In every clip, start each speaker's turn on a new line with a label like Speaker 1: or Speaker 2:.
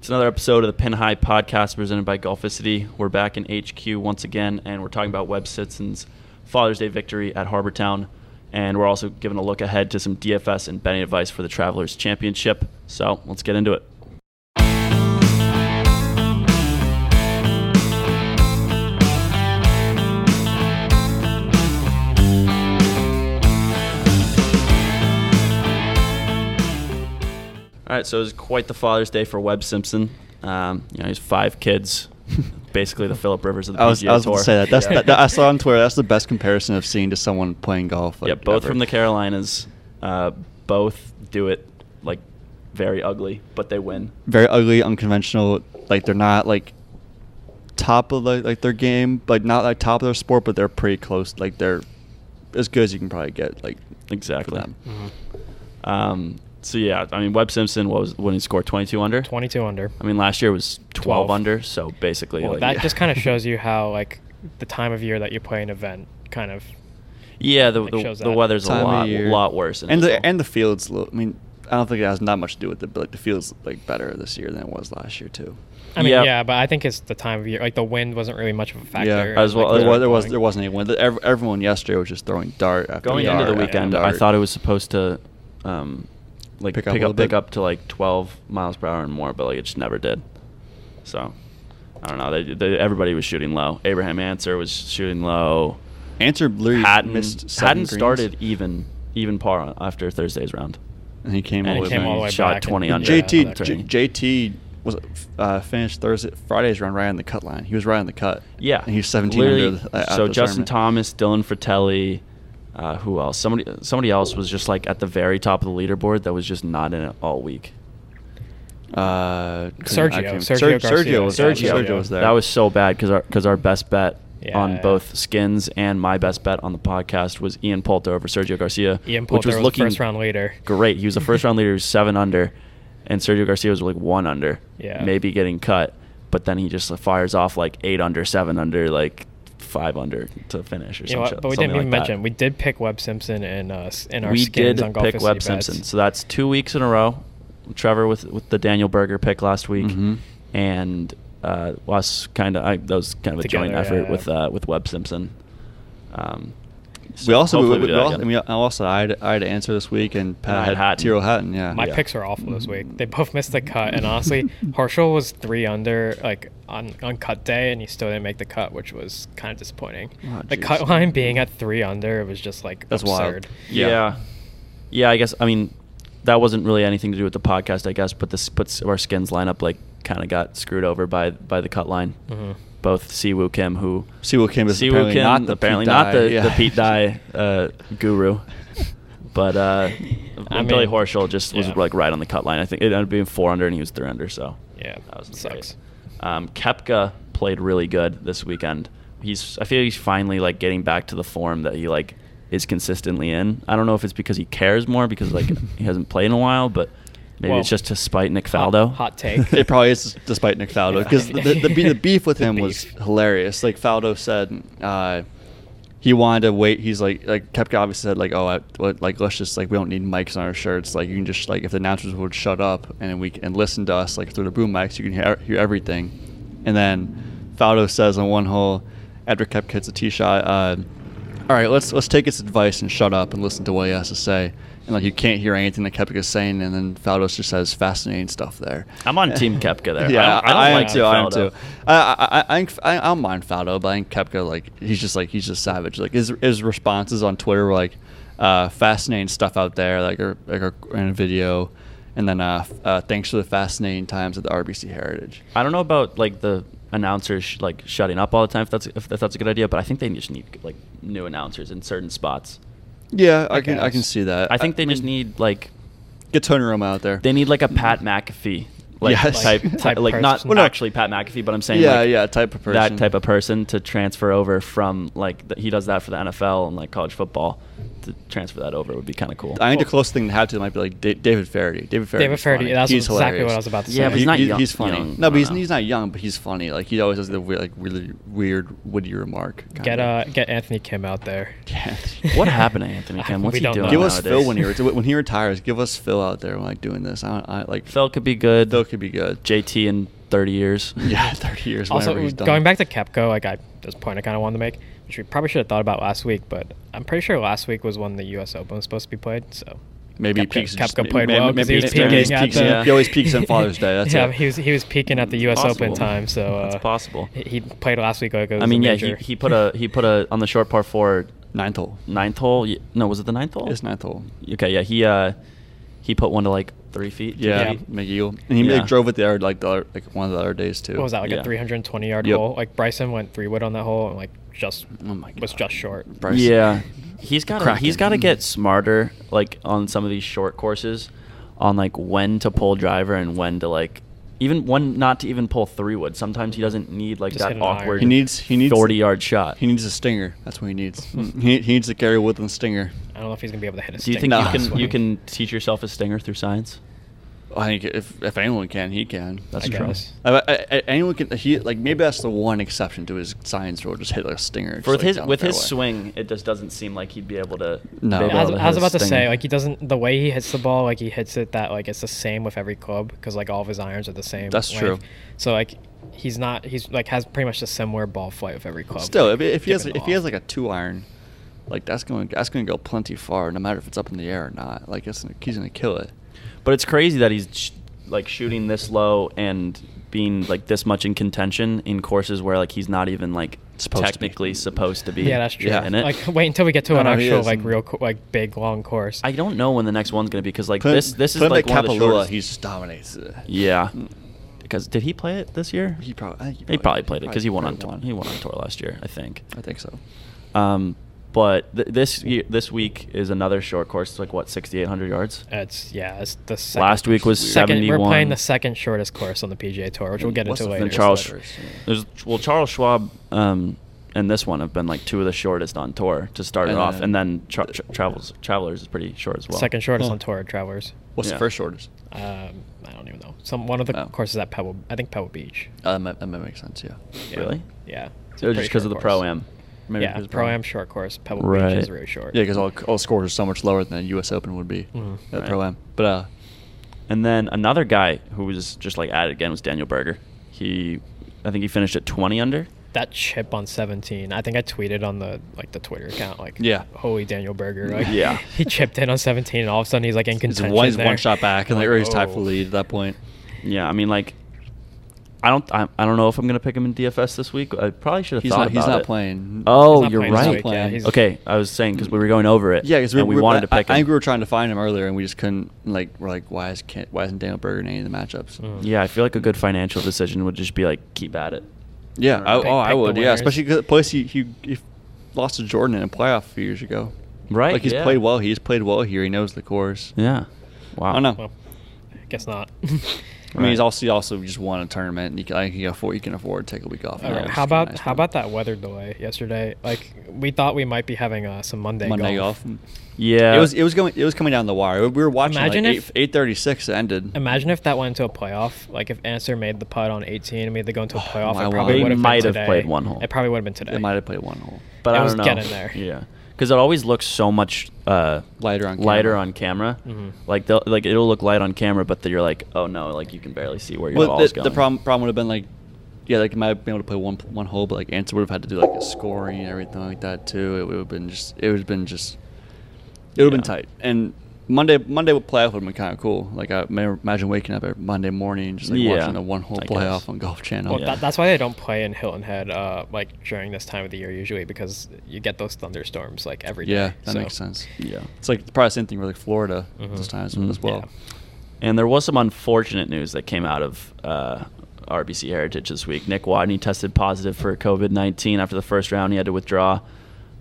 Speaker 1: It's another episode of the Pin High Podcast presented by Golficity. We're back in HQ once again, and we're talking about Webb Sitson's Father's Day victory at Harbortown. And we're also giving a look ahead to some DFS and betting advice for the Travelers Championship. So let's get into it. All right, so it was quite the Father's Day for Webb Simpson. Um, you know, he's five kids, basically the Philip Rivers of the
Speaker 2: I was,
Speaker 1: PGA
Speaker 2: I was
Speaker 1: Tour.
Speaker 2: going to say that. That's
Speaker 3: Yeah.
Speaker 2: that, that- I saw on Twitter. That's the best comparison I've seen to someone playing golf. Like,
Speaker 1: yeah, both
Speaker 2: ever.
Speaker 1: from the Carolinas. Uh, both do it like very ugly, but they win.
Speaker 2: Very ugly, unconventional. Like they're not like top of like, like their game, like not like top of their sport, but they're pretty close. Like they're as good as you can probably get. Like
Speaker 1: Exactly.
Speaker 2: them.
Speaker 3: Mhm.
Speaker 1: Um, so yeah, I mean Webb Simpson what was when he scored 22 under.
Speaker 3: 22 under.
Speaker 1: I mean last year was 12,
Speaker 3: 12.
Speaker 1: under, so basically
Speaker 3: Well,
Speaker 1: like,
Speaker 3: that
Speaker 2: yeah.
Speaker 3: just kind of shows you how like the time of year that you play an event kind of
Speaker 1: yeah, the
Speaker 3: like,
Speaker 1: the,
Speaker 3: shows
Speaker 1: the
Speaker 3: that.
Speaker 1: weather's a
Speaker 2: time of
Speaker 1: lot
Speaker 2: year.
Speaker 1: lot worse. in
Speaker 2: And the
Speaker 1: Israel.
Speaker 2: and the fields. lo- I mean, I don't think it has not much to do with it, but like the fields like better this year than it was last year too.
Speaker 3: I mean,
Speaker 1: Yeah.
Speaker 3: yeah, but I think it's the time of year. Like the wind wasn't really much of a factor.
Speaker 2: Yeah,
Speaker 1: As
Speaker 3: and,
Speaker 1: well-
Speaker 3: like,
Speaker 1: as
Speaker 2: there
Speaker 1: well-
Speaker 2: was
Speaker 3: where
Speaker 2: there
Speaker 3: you're
Speaker 2: was
Speaker 3: going.
Speaker 2: there wasn't anyone. The- ev- Everyone yesterday was just throwing dart after
Speaker 1: going
Speaker 2: dart
Speaker 1: into the
Speaker 2: after
Speaker 1: weekend, I
Speaker 2: dart.
Speaker 1: thought it was supposed to um, like pick
Speaker 2: Pick
Speaker 1: up
Speaker 2: up a
Speaker 1: pick
Speaker 2: little
Speaker 1: up,
Speaker 2: bit.
Speaker 1: to like 12 miles per hour and more, but like it just never did. So I don't know. They, they, everybody was shooting low. Abraham Answer was shooting low.
Speaker 2: Answer literally
Speaker 1: Hatton
Speaker 2: missed seven
Speaker 1: Hatton
Speaker 2: greens,
Speaker 1: started even even par after Thursday's round.
Speaker 2: and he came
Speaker 1: and
Speaker 2: all
Speaker 1: he
Speaker 2: the way
Speaker 1: came
Speaker 2: back.
Speaker 1: all the way shot
Speaker 3: back
Speaker 1: 20
Speaker 3: and-
Speaker 1: under.
Speaker 3: yeah,
Speaker 2: JT
Speaker 3: on
Speaker 2: J-
Speaker 3: that.
Speaker 2: JT was uh, finished Thursday Friday's run right on the cut line. He was right on the cut.
Speaker 1: Yeah,
Speaker 2: and he was 17
Speaker 1: Literally,
Speaker 2: under. The, uh, at
Speaker 1: so
Speaker 2: the
Speaker 1: Justin
Speaker 2: tournament.
Speaker 1: Thomas, Dylan Fratelli, uh, who else? Somebody somebody else was just like at the very top of the leaderboard that was just not in it all week.
Speaker 2: uh,
Speaker 3: Sergio-
Speaker 2: I can't-
Speaker 3: Sergio
Speaker 2: Serg-
Speaker 3: Garcia.
Speaker 2: Sergio was there.
Speaker 3: Sergio.
Speaker 2: Sergio was there.
Speaker 1: That was so bad because our because our best bet.
Speaker 3: Yeah,
Speaker 1: on
Speaker 3: yeah.
Speaker 1: both skins and my best bet on the podcast was Ian Poulter over Sergio Garcia,
Speaker 3: Ian
Speaker 1: which
Speaker 3: Poulter
Speaker 1: was
Speaker 3: was
Speaker 1: looking
Speaker 3: first round leader.
Speaker 1: Great, he was the first round leader, he was seven under, and Sergio Garcia was like one under,
Speaker 3: Yeah.
Speaker 1: maybe getting cut, but then he just fires off like eight under, seven under, like five under to finish or
Speaker 3: You know
Speaker 1: something.
Speaker 3: what? But we didn't even mention we did pick Webb Simpson in uh, s- in our
Speaker 1: we
Speaker 3: skins
Speaker 1: did
Speaker 3: on golf
Speaker 1: pick
Speaker 3: City
Speaker 1: Webb
Speaker 3: bets.
Speaker 1: Simpson, so that's two weeks in a row. Trevor with with the Daniel Berger pick last week,
Speaker 2: Mhm.
Speaker 1: and uh, us kind of that was kind of a joint
Speaker 3: Together,
Speaker 1: effort
Speaker 3: yeah.
Speaker 1: with uh, with Webb Simpson. Um, so
Speaker 2: We also we,
Speaker 1: hopefully
Speaker 2: we,
Speaker 1: do
Speaker 2: we
Speaker 1: that
Speaker 2: also,
Speaker 1: again.
Speaker 2: we also I had, I had to answer this week, and
Speaker 1: And I
Speaker 2: Pat
Speaker 1: had
Speaker 2: had
Speaker 1: Hatton.
Speaker 2: Tyrrell Hatton. Yeah,
Speaker 3: My
Speaker 1: Yeah. Mm-hmm.
Speaker 3: picks are awful this week. They both missed the cut, and honestly, Horschel was three under like on, on cut day, and he still didn't make the cut, which was kind of disappointing.
Speaker 2: Oh,
Speaker 3: the
Speaker 2: jeez.
Speaker 3: cut line being at three under, it was just like
Speaker 2: That's wild.
Speaker 3: absurd.
Speaker 1: Yeah.
Speaker 2: Yeah.
Speaker 1: yeah, I guess I mean that wasn't really anything to do with the podcast, I guess. But this puts our skins lineup like kind of got screwed over by by the cut line.
Speaker 3: Mhm.
Speaker 1: Both Siwoo Kim, who
Speaker 2: Siwoo Kim is
Speaker 1: Siwoo
Speaker 2: apparently
Speaker 1: Kim,
Speaker 2: not the
Speaker 1: apparently
Speaker 2: Pete
Speaker 1: not the,
Speaker 2: Dye,
Speaker 1: the
Speaker 2: yeah.
Speaker 1: Pete Dye uh, guru, but uh,
Speaker 3: I
Speaker 1: Billy
Speaker 3: mean,
Speaker 1: Horschel just was
Speaker 3: yeah.
Speaker 1: like right on the cut line. I think it ended up being four under, and he was three under. So
Speaker 3: Yeah,
Speaker 1: that was
Speaker 3: sucks.
Speaker 1: sucks. Um, Kepka played really good this weekend. He's I feel he's finally like getting back to the form that he like is consistently in. I don't know if it's because he cares more because like he hasn't played in a while, but maybe
Speaker 3: Well,
Speaker 1: it's just to spite Nick
Speaker 3: hot-
Speaker 1: Faldo.
Speaker 3: hot take.
Speaker 2: it probably is despite Nick Faldo
Speaker 3: Yeah.
Speaker 2: because the, the, be- the beef with
Speaker 3: The
Speaker 2: him was
Speaker 3: beef.
Speaker 2: hilarious. Like Faldo said, uh, he wanted to wait. He's like like Kepka obviously said like oh I, what, like let's just like we don't need mics on our shirts. Like you can just like if the announcers would shut up and we can and listen to us like through the boom mics you can hear, hear everything. And then Faldo says on one hole after Kepka hits a tee shot. Uh, all right, let's let's take his advice and shut up and listen to what he has to say. And like you can't hear anything that Kepka's saying, and then Faldo just says fascinating stuff there.
Speaker 1: I'm on Team Koepka there.
Speaker 2: Yeah,
Speaker 1: I don't- I don't
Speaker 2: am
Speaker 3: like
Speaker 2: too. I am
Speaker 1: Faldo.
Speaker 2: too. I, I, I, I, I don't mind Faldo, but I think Kepka, like, he's just like he's just savage. Like his his responses on Twitter were like, uh, fascinating stuff out there, like or, like or in a video, and then uh, f- uh, thanks for the fascinating times at the RBC Heritage.
Speaker 1: I don't know about like the announcers sh- like shutting up all the time if that's if that's a good idea, but I think they just need like new announcers in certain spots.
Speaker 2: Yeah, I,
Speaker 3: I
Speaker 2: can Uh, I can
Speaker 3: guess.
Speaker 2: see that.
Speaker 1: I think they
Speaker 2: mean,
Speaker 1: just need like
Speaker 2: get Tonnarumma out there.
Speaker 1: they need like a Pat McAfee like
Speaker 2: Yes.
Speaker 1: type,
Speaker 2: Like-
Speaker 1: type
Speaker 3: type
Speaker 1: like not
Speaker 3: person. Well,
Speaker 2: no.
Speaker 1: actually Pat McAfee, but I'm saying
Speaker 2: yeah,
Speaker 1: like,
Speaker 2: yeah, type of person.
Speaker 1: that type of person to transfer over from like th- he does that for the NFL and like college football to transfer that over would be kind of cool.
Speaker 2: I think the
Speaker 3: Well-
Speaker 2: closest thing to have to might be like Da- David Faraday. David Faraday.
Speaker 3: David Faraday, that's
Speaker 2: he's
Speaker 3: exactly
Speaker 2: hilarious.
Speaker 3: what I was about to
Speaker 1: Yeah,
Speaker 3: say.
Speaker 1: but he's not
Speaker 2: He-
Speaker 1: young-
Speaker 2: He's funny.
Speaker 1: young.
Speaker 2: no, but he's,
Speaker 1: No.
Speaker 2: he's not young, but he's funny. Like he always does the weird, like really weird witty remark. kinda.
Speaker 3: Get uh, get Anthony Kim out there.
Speaker 2: Yeah.
Speaker 1: What happened to Anthony Kim?
Speaker 3: We
Speaker 1: What's he
Speaker 3: don't
Speaker 1: doing
Speaker 3: know
Speaker 2: give us
Speaker 1: nowadays?
Speaker 2: Phil when he ret- when he retires. Give us Phil out there like doing this. I, don't- I like
Speaker 1: Phil could be good.
Speaker 2: Phil could be good.
Speaker 1: JT in 30 years.
Speaker 2: Yeah, 30 years.
Speaker 3: Also,
Speaker 2: whenever he's done.
Speaker 3: going back to Capco, like I this point I kind of wanted to make, which we probably should have thought about last week, but I'm pretty sure last week was when the U.S. Open was supposed to be played. So
Speaker 2: Maybe
Speaker 3: Kepka-
Speaker 2: peaks.
Speaker 3: Kepka played well 'cause he was
Speaker 1: maybe he's
Speaker 3: peaking at
Speaker 1: peaks-
Speaker 3: the-
Speaker 1: yeah.
Speaker 2: He always peaks on Father's Day. That's
Speaker 3: yeah,
Speaker 2: it.
Speaker 3: he was he was peaking at the U.S. Open
Speaker 1: Possible.
Speaker 3: time. So uh,
Speaker 1: That's possible.
Speaker 3: He he played last week. Like it was
Speaker 1: I mean,
Speaker 3: a
Speaker 1: yeah, he,
Speaker 3: major.
Speaker 1: he put a he put a on the short par four
Speaker 2: ninth hole.
Speaker 1: ninth hole. y- No, was it the ninth hole?
Speaker 2: It's ninth hole.
Speaker 1: Okay, yeah, he uh he put one to like three feet. two
Speaker 2: Yeah,
Speaker 1: feet.
Speaker 2: McGill, and he
Speaker 1: Yeah.
Speaker 2: like, drove it there like the other, like one of the other days too.
Speaker 3: what was that like
Speaker 1: yeah.
Speaker 3: a 320 yard
Speaker 2: Yep.
Speaker 3: hole? Like Bryson went three wood on that hole and like just
Speaker 2: Oh my
Speaker 3: was
Speaker 2: God.
Speaker 3: just short.
Speaker 2: Bryson.
Speaker 1: Yeah, he's got to
Speaker 2: Kraken.
Speaker 1: he's got to get smarter like on some of these short courses, on like when to pull driver and when to like even when not to even pull three wood. Sometimes he doesn't need like
Speaker 3: Just hit
Speaker 1: that
Speaker 3: an iron.
Speaker 1: awkward.
Speaker 2: He needs. He needs
Speaker 1: forty yard shot.
Speaker 2: He needs a stinger. That's what he needs. he, he needs to carry with him stinger.
Speaker 3: I don't know if he's gonna be able to hit a.
Speaker 1: Do you
Speaker 3: stick
Speaker 1: think
Speaker 2: No.
Speaker 1: you
Speaker 3: this
Speaker 1: can you
Speaker 3: swing.
Speaker 1: can teach yourself a stinger through science?
Speaker 2: I think if, if anyone can, he can.
Speaker 1: That's
Speaker 3: I
Speaker 1: true.
Speaker 3: guess.
Speaker 2: I, I, I- anyone can. He like maybe that's the one exception to his science rule. Just hit like a stinger. just,
Speaker 1: For with
Speaker 2: like,
Speaker 1: his
Speaker 2: down the
Speaker 1: with his
Speaker 2: fairway.
Speaker 1: swing, it just doesn't seem like he'd be able to.
Speaker 2: No.
Speaker 1: be
Speaker 2: Yeah,
Speaker 1: able
Speaker 3: I was,
Speaker 1: to
Speaker 3: I was
Speaker 1: hit a
Speaker 3: about to say,
Speaker 1: stinger.
Speaker 3: like he doesn't. The way he hits the ball, like he hits it that like it's the same with every club because like all of his irons are the same.
Speaker 2: That's
Speaker 3: length.
Speaker 2: true.
Speaker 3: So like he's not. He's like has pretty much the similar ball flight with every club.
Speaker 2: Still, if,
Speaker 3: like,
Speaker 2: if he has
Speaker 3: given
Speaker 2: if he
Speaker 3: off.
Speaker 2: has like a two iron, like that's going that's going to go plenty far, no matter if it's up in the air or not. Like it's, he's going to kill it.
Speaker 1: But it's crazy that he's sh- like shooting this low and being like this much in contention in courses where like he's not even like
Speaker 2: Supposed to be.
Speaker 1: technically supposed to be.
Speaker 3: yeah, that's true.
Speaker 2: yeah.
Speaker 1: In it.
Speaker 3: Like wait until we get to
Speaker 2: No,
Speaker 3: an
Speaker 2: no, he
Speaker 3: actual
Speaker 2: is.
Speaker 3: like real co- like big long course.
Speaker 1: I don't know when the next one's gonna be because like this this is
Speaker 2: Clint
Speaker 1: like one of the
Speaker 2: Kapalua,
Speaker 1: shortest.
Speaker 2: He just dominates. It.
Speaker 1: yeah, because did he play it this year?
Speaker 2: He probably. I think
Speaker 1: he probably played it because he won on
Speaker 2: probably
Speaker 1: tour. he won on tour last year, I think.
Speaker 2: I think so.
Speaker 1: Um, but th- this ye- this week is another short course. It's like what sixty eight hundred yards.
Speaker 3: It's yeah. It's the second,
Speaker 1: Last week was
Speaker 3: second, We're
Speaker 1: 71.
Speaker 3: playing the second shortest course on the PGA Tour, which we'll get
Speaker 2: What's
Speaker 3: into
Speaker 2: the-
Speaker 3: later.
Speaker 1: And
Speaker 2: Raiders
Speaker 1: Charles,
Speaker 2: letters, yeah.
Speaker 1: there's well Charles Schwab um, and this one have been like two of the shortest on tour to start
Speaker 2: And
Speaker 1: it off,
Speaker 2: then-
Speaker 1: and then tra- tra- Travels Travelers is pretty short as well.
Speaker 3: second shortest
Speaker 2: Huh.
Speaker 3: on tour, Travelers.
Speaker 2: What's
Speaker 1: Yeah.
Speaker 2: the first shortest?
Speaker 3: Um, I don't even know. Some one of the
Speaker 2: Oh.
Speaker 3: courses at Pebble. I think Pebble Beach.
Speaker 2: Uh, that, that makes sense. Yeah.
Speaker 3: Yeah.
Speaker 1: Really?
Speaker 3: Yeah. It's
Speaker 1: So
Speaker 3: a pretty
Speaker 1: just because of
Speaker 3: short
Speaker 1: the
Speaker 3: course.
Speaker 1: pro am.
Speaker 2: Maybe
Speaker 3: yeah,
Speaker 2: because
Speaker 3: pro am short course. Pebble Beach
Speaker 1: Right.
Speaker 3: is really short.
Speaker 2: Yeah, because all, all scores are so much lower than the U.S. Open would be
Speaker 3: Mhm.
Speaker 2: at
Speaker 1: Right.
Speaker 2: pro am. But uh,
Speaker 1: And then another guy who was just like at it again was Daniel Berger. He, I think he finished at 20 under.
Speaker 3: that chip on 17. I think I tweeted on the like the Twitter account like
Speaker 2: Yeah.
Speaker 3: holy Daniel Berger like
Speaker 1: Yeah.
Speaker 3: he chipped in on 17 and all of a sudden he's like in
Speaker 2: he's
Speaker 3: contention
Speaker 2: one, he's one
Speaker 3: there.
Speaker 2: shot back, and like,
Speaker 3: Like,
Speaker 2: already he's tied
Speaker 3: oh.
Speaker 2: for the lead at that point.
Speaker 1: Yeah, I mean like, I don't I, I don't know if I'm gonna pick him in DFS this week. I probably should have
Speaker 2: He's
Speaker 1: thought
Speaker 2: not.
Speaker 1: about
Speaker 2: He's not
Speaker 1: it.
Speaker 2: playing.
Speaker 1: Oh,
Speaker 3: He's not
Speaker 1: you're
Speaker 3: playing this
Speaker 1: right.
Speaker 3: week, yeah, he's-
Speaker 1: okay, I was saying because we were going over it.
Speaker 2: Yeah, because
Speaker 1: and we, wanted to
Speaker 2: I-
Speaker 1: pick
Speaker 2: I,
Speaker 1: him.
Speaker 2: think we were trying to find him earlier, and we just couldn't. Like, we're like, why is can't, why isn't Daniel Berger in any of the matchups?
Speaker 3: Mm.
Speaker 1: Yeah, I feel like a good financial decision would just be like keep at it.
Speaker 2: Yeah, I,
Speaker 3: Pick-
Speaker 2: oh, I
Speaker 3: pick the
Speaker 2: would. Yeah,
Speaker 3: winners.
Speaker 2: especially 'cause the place he, he he lost to Jordan in a playoff a few years ago.
Speaker 1: Right,
Speaker 2: Like he's
Speaker 1: yeah.
Speaker 2: played well. He's played well here. He knows the course.
Speaker 1: Yeah. Wow.
Speaker 2: I don't know.
Speaker 3: Well, guess not.
Speaker 2: I mean, he's
Speaker 1: Right.
Speaker 2: also he also just won a tournament, and he can, I think he can afford he can afford to take a week off.
Speaker 3: All
Speaker 1: Yeah,
Speaker 3: right,
Speaker 1: it's
Speaker 3: how about how about that weather delay yesterday? Like we thought we might be having uh, some Monday,
Speaker 2: Monday
Speaker 3: golf.
Speaker 2: golf?
Speaker 1: Yeah.
Speaker 2: It was it was going it was coming down the wire. We were watching
Speaker 3: Imagine
Speaker 2: like
Speaker 3: if-
Speaker 2: eight thirty six ended.
Speaker 3: Imagine if that went into a playoff. Like if Answer made the putt on 18 and we had to go into a playoff,
Speaker 2: my
Speaker 3: it
Speaker 2: word.
Speaker 3: probably
Speaker 2: They
Speaker 3: would have
Speaker 1: might
Speaker 3: been
Speaker 1: have
Speaker 3: today.
Speaker 1: played one hole.
Speaker 3: It probably would have been today.
Speaker 2: They might have played one hole.
Speaker 1: but
Speaker 3: It
Speaker 1: I
Speaker 3: was
Speaker 1: don't know.
Speaker 3: getting there.
Speaker 1: Yeah, because it always looks so much uh,
Speaker 2: Lighter on
Speaker 1: lighter
Speaker 2: camera.
Speaker 1: on camera.
Speaker 3: Mhm.
Speaker 1: Like they'll, like it'll look light on camera, but then you're like, oh no, like you can barely see where your
Speaker 2: Well,
Speaker 1: ball's
Speaker 2: the,
Speaker 1: going.
Speaker 2: the problem problem would have been like, yeah, like he might have been able to play one one hole, but like Anson would have had to do like a scoring and everything like that too. It would have been just it would have been just it would have been
Speaker 1: Yeah.
Speaker 2: tight. And Monday Monday with playoff would have been kind of cool. Like I may imagine waking up every Monday morning and just like
Speaker 1: Yeah,
Speaker 2: watching a one hole
Speaker 1: I guess.
Speaker 2: playoff on Golf Channel.
Speaker 3: Well,
Speaker 1: Yeah.
Speaker 3: that, that's why they don't play in Hilton Head uh, like during this time of the year usually because you get those thunderstorms like every day.
Speaker 2: Yeah, that
Speaker 3: so-
Speaker 2: makes sense.
Speaker 1: Yeah.
Speaker 2: It's like probably the same thing with like Florida
Speaker 3: Mhm.
Speaker 2: this time
Speaker 1: Mhm.
Speaker 2: as well.
Speaker 1: And there was some unfortunate news that came out of uh, RBC Heritage this week. Nick Wadney tested positive for COVID 19 after the first round. He had to withdraw.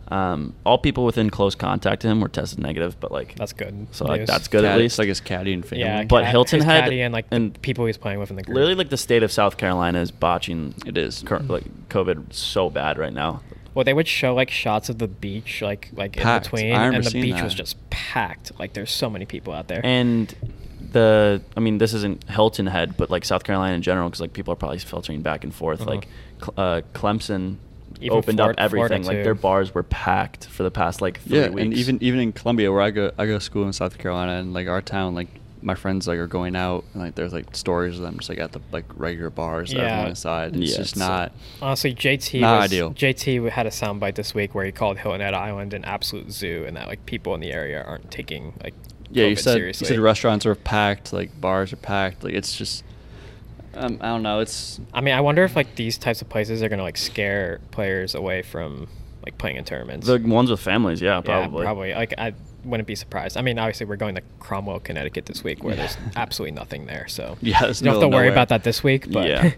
Speaker 1: Um, all people within close contact to him were tested negative, but like
Speaker 3: That's good.
Speaker 1: So like
Speaker 3: news.
Speaker 1: that's good at
Speaker 2: Caddy-
Speaker 1: least.
Speaker 2: like his caddy and family.
Speaker 3: Yeah,
Speaker 1: But
Speaker 3: Cat-
Speaker 1: Hilton
Speaker 3: his
Speaker 1: Head
Speaker 3: caddy and like the
Speaker 1: and-
Speaker 3: people he's playing with in the group.
Speaker 1: Literally, like the state of South Carolina is botching
Speaker 2: It is.
Speaker 1: cur- like COVID so bad right now.
Speaker 3: Well, they would show like shots of the beach like like
Speaker 2: Packed.
Speaker 3: in between,
Speaker 2: I remember
Speaker 3: and the
Speaker 2: seeing
Speaker 3: beach was
Speaker 2: that.
Speaker 3: just packed. Like there's so many people out there.
Speaker 1: And the, I mean, this isn't Hilton Head, but like South Carolina in general, because like people are probably filtering back and forth.
Speaker 3: Uh-huh.
Speaker 1: Like Cl- uh, Clemson
Speaker 3: Even
Speaker 1: opened
Speaker 3: Flor-
Speaker 1: up everything.
Speaker 3: Florida,
Speaker 1: like
Speaker 3: too.
Speaker 1: their bars were packed for the past like three
Speaker 2: yeah,
Speaker 1: weeks.
Speaker 2: and even even in Columbia, where I go, I go to school in South Carolina, and like our town, like my friends like are going out and like there's like stories of them just like at the like regular bars that
Speaker 3: Yeah.
Speaker 2: everyone inside. It's
Speaker 1: Yeah,
Speaker 2: just
Speaker 1: it's, uh,
Speaker 2: not.
Speaker 3: Honestly, JT
Speaker 2: Not
Speaker 3: was,
Speaker 2: ideal.
Speaker 3: JT had a soundbite this week where he called Hilton Head Island an absolute zoo, and that like people in the area aren't taking like
Speaker 2: Yeah, you
Speaker 3: COVID
Speaker 2: said
Speaker 3: seriously.
Speaker 2: you said restaurants are packed, like bars are packed. Like it's just, um, I don't know. It's
Speaker 3: I mean, I wonder if like these types of places are gonna like scare players away from like playing in tournaments.
Speaker 1: The ones with families, yeah,
Speaker 3: Yeah,
Speaker 1: probably. Uh,
Speaker 3: probably. Like I wouldn't be surprised. I mean, obviously we're going to Cromwell, Connecticut this week, where there's absolutely nothing there. So
Speaker 2: Yeah,
Speaker 3: you
Speaker 2: it's
Speaker 3: don't have to
Speaker 2: middle of
Speaker 3: worry
Speaker 2: nowhere.
Speaker 3: about that this week. But
Speaker 1: Yeah.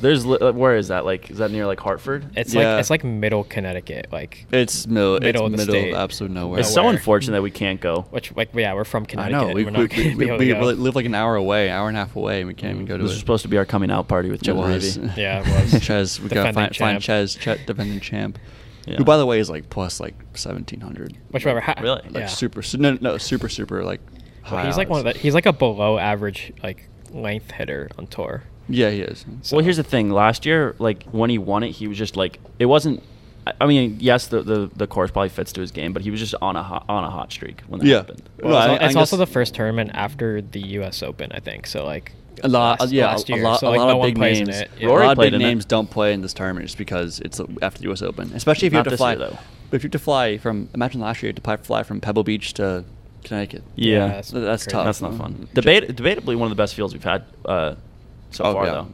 Speaker 1: There's li- uh, where is that? Like, is that near like Hartford?
Speaker 3: it's
Speaker 2: Yeah.
Speaker 3: like it's like middle Connecticut, like
Speaker 2: it's middle,
Speaker 3: Middle of
Speaker 2: it's
Speaker 3: the
Speaker 2: middle,
Speaker 3: state.
Speaker 2: absolute nowhere.
Speaker 1: it's so
Speaker 3: nowhere.
Speaker 1: unfortunate that we can't go.
Speaker 3: which like yeah, we're from
Speaker 2: I
Speaker 3: Connecticut.
Speaker 2: know. We,
Speaker 3: we're
Speaker 2: we,
Speaker 3: not gonna
Speaker 2: we,
Speaker 3: be
Speaker 2: we,
Speaker 3: able
Speaker 2: we
Speaker 3: to go.
Speaker 2: li- live like an hour away, hour and a half away, and we can't even go to
Speaker 1: This
Speaker 2: it.
Speaker 1: was supposed to be our coming out party with
Speaker 2: It
Speaker 1: Jim
Speaker 2: was.
Speaker 1: Levy.
Speaker 3: Yeah, it was.
Speaker 2: Chez, we got
Speaker 3: Defending
Speaker 2: find, find
Speaker 3: champ.
Speaker 2: Chez, Chez, defending champ.
Speaker 1: Yeah.
Speaker 2: Who, by the way, is like plus like seventeen hundred.
Speaker 3: Which whatever. ha-
Speaker 1: Really?
Speaker 2: like
Speaker 3: yeah.
Speaker 2: super, su- no, no, super, super like.
Speaker 3: Well,
Speaker 2: High
Speaker 3: he's like one of the.
Speaker 2: odds.
Speaker 3: He's like a below average like length hitter on tour.
Speaker 2: Yeah, he is.
Speaker 1: Well, here's the thing. Last year, like when he won it, he was just like it wasn't. I- I mean, yes, the the, the course probably fits to his game, but he was just on a hot, on a hot streak when that
Speaker 2: Yeah.
Speaker 1: happened.
Speaker 2: Well,
Speaker 3: Well,
Speaker 2: I-
Speaker 3: it's,
Speaker 2: I
Speaker 3: it's
Speaker 2: guess-
Speaker 3: also the first tournament after the U.S. Open, I think. So like
Speaker 2: A lot,
Speaker 3: last-
Speaker 2: yeah,
Speaker 3: last
Speaker 2: a
Speaker 3: year.
Speaker 2: lot,
Speaker 3: So,
Speaker 2: a
Speaker 3: like,
Speaker 2: lot
Speaker 3: no
Speaker 2: of
Speaker 3: one
Speaker 2: big
Speaker 3: plays in
Speaker 2: names.
Speaker 3: it.
Speaker 2: A
Speaker 1: Rory
Speaker 2: lot of
Speaker 1: played
Speaker 2: big
Speaker 1: in it.
Speaker 2: names don't play in this tournament just because it's after the U.S. Open, especially if you
Speaker 1: Not
Speaker 2: have to
Speaker 1: this
Speaker 2: fly.
Speaker 1: year, though.
Speaker 2: But if you have to fly from, imagine last year you had to pi- fly from Pebble Beach to Connecticut.
Speaker 1: Yeah.
Speaker 2: Th- that's
Speaker 3: crazy.
Speaker 2: tough.
Speaker 1: That's not fun.
Speaker 2: Mm.
Speaker 1: Debate, debatably one of the best fields we've had uh, so
Speaker 2: Oh,
Speaker 1: far,
Speaker 2: yeah.
Speaker 1: though.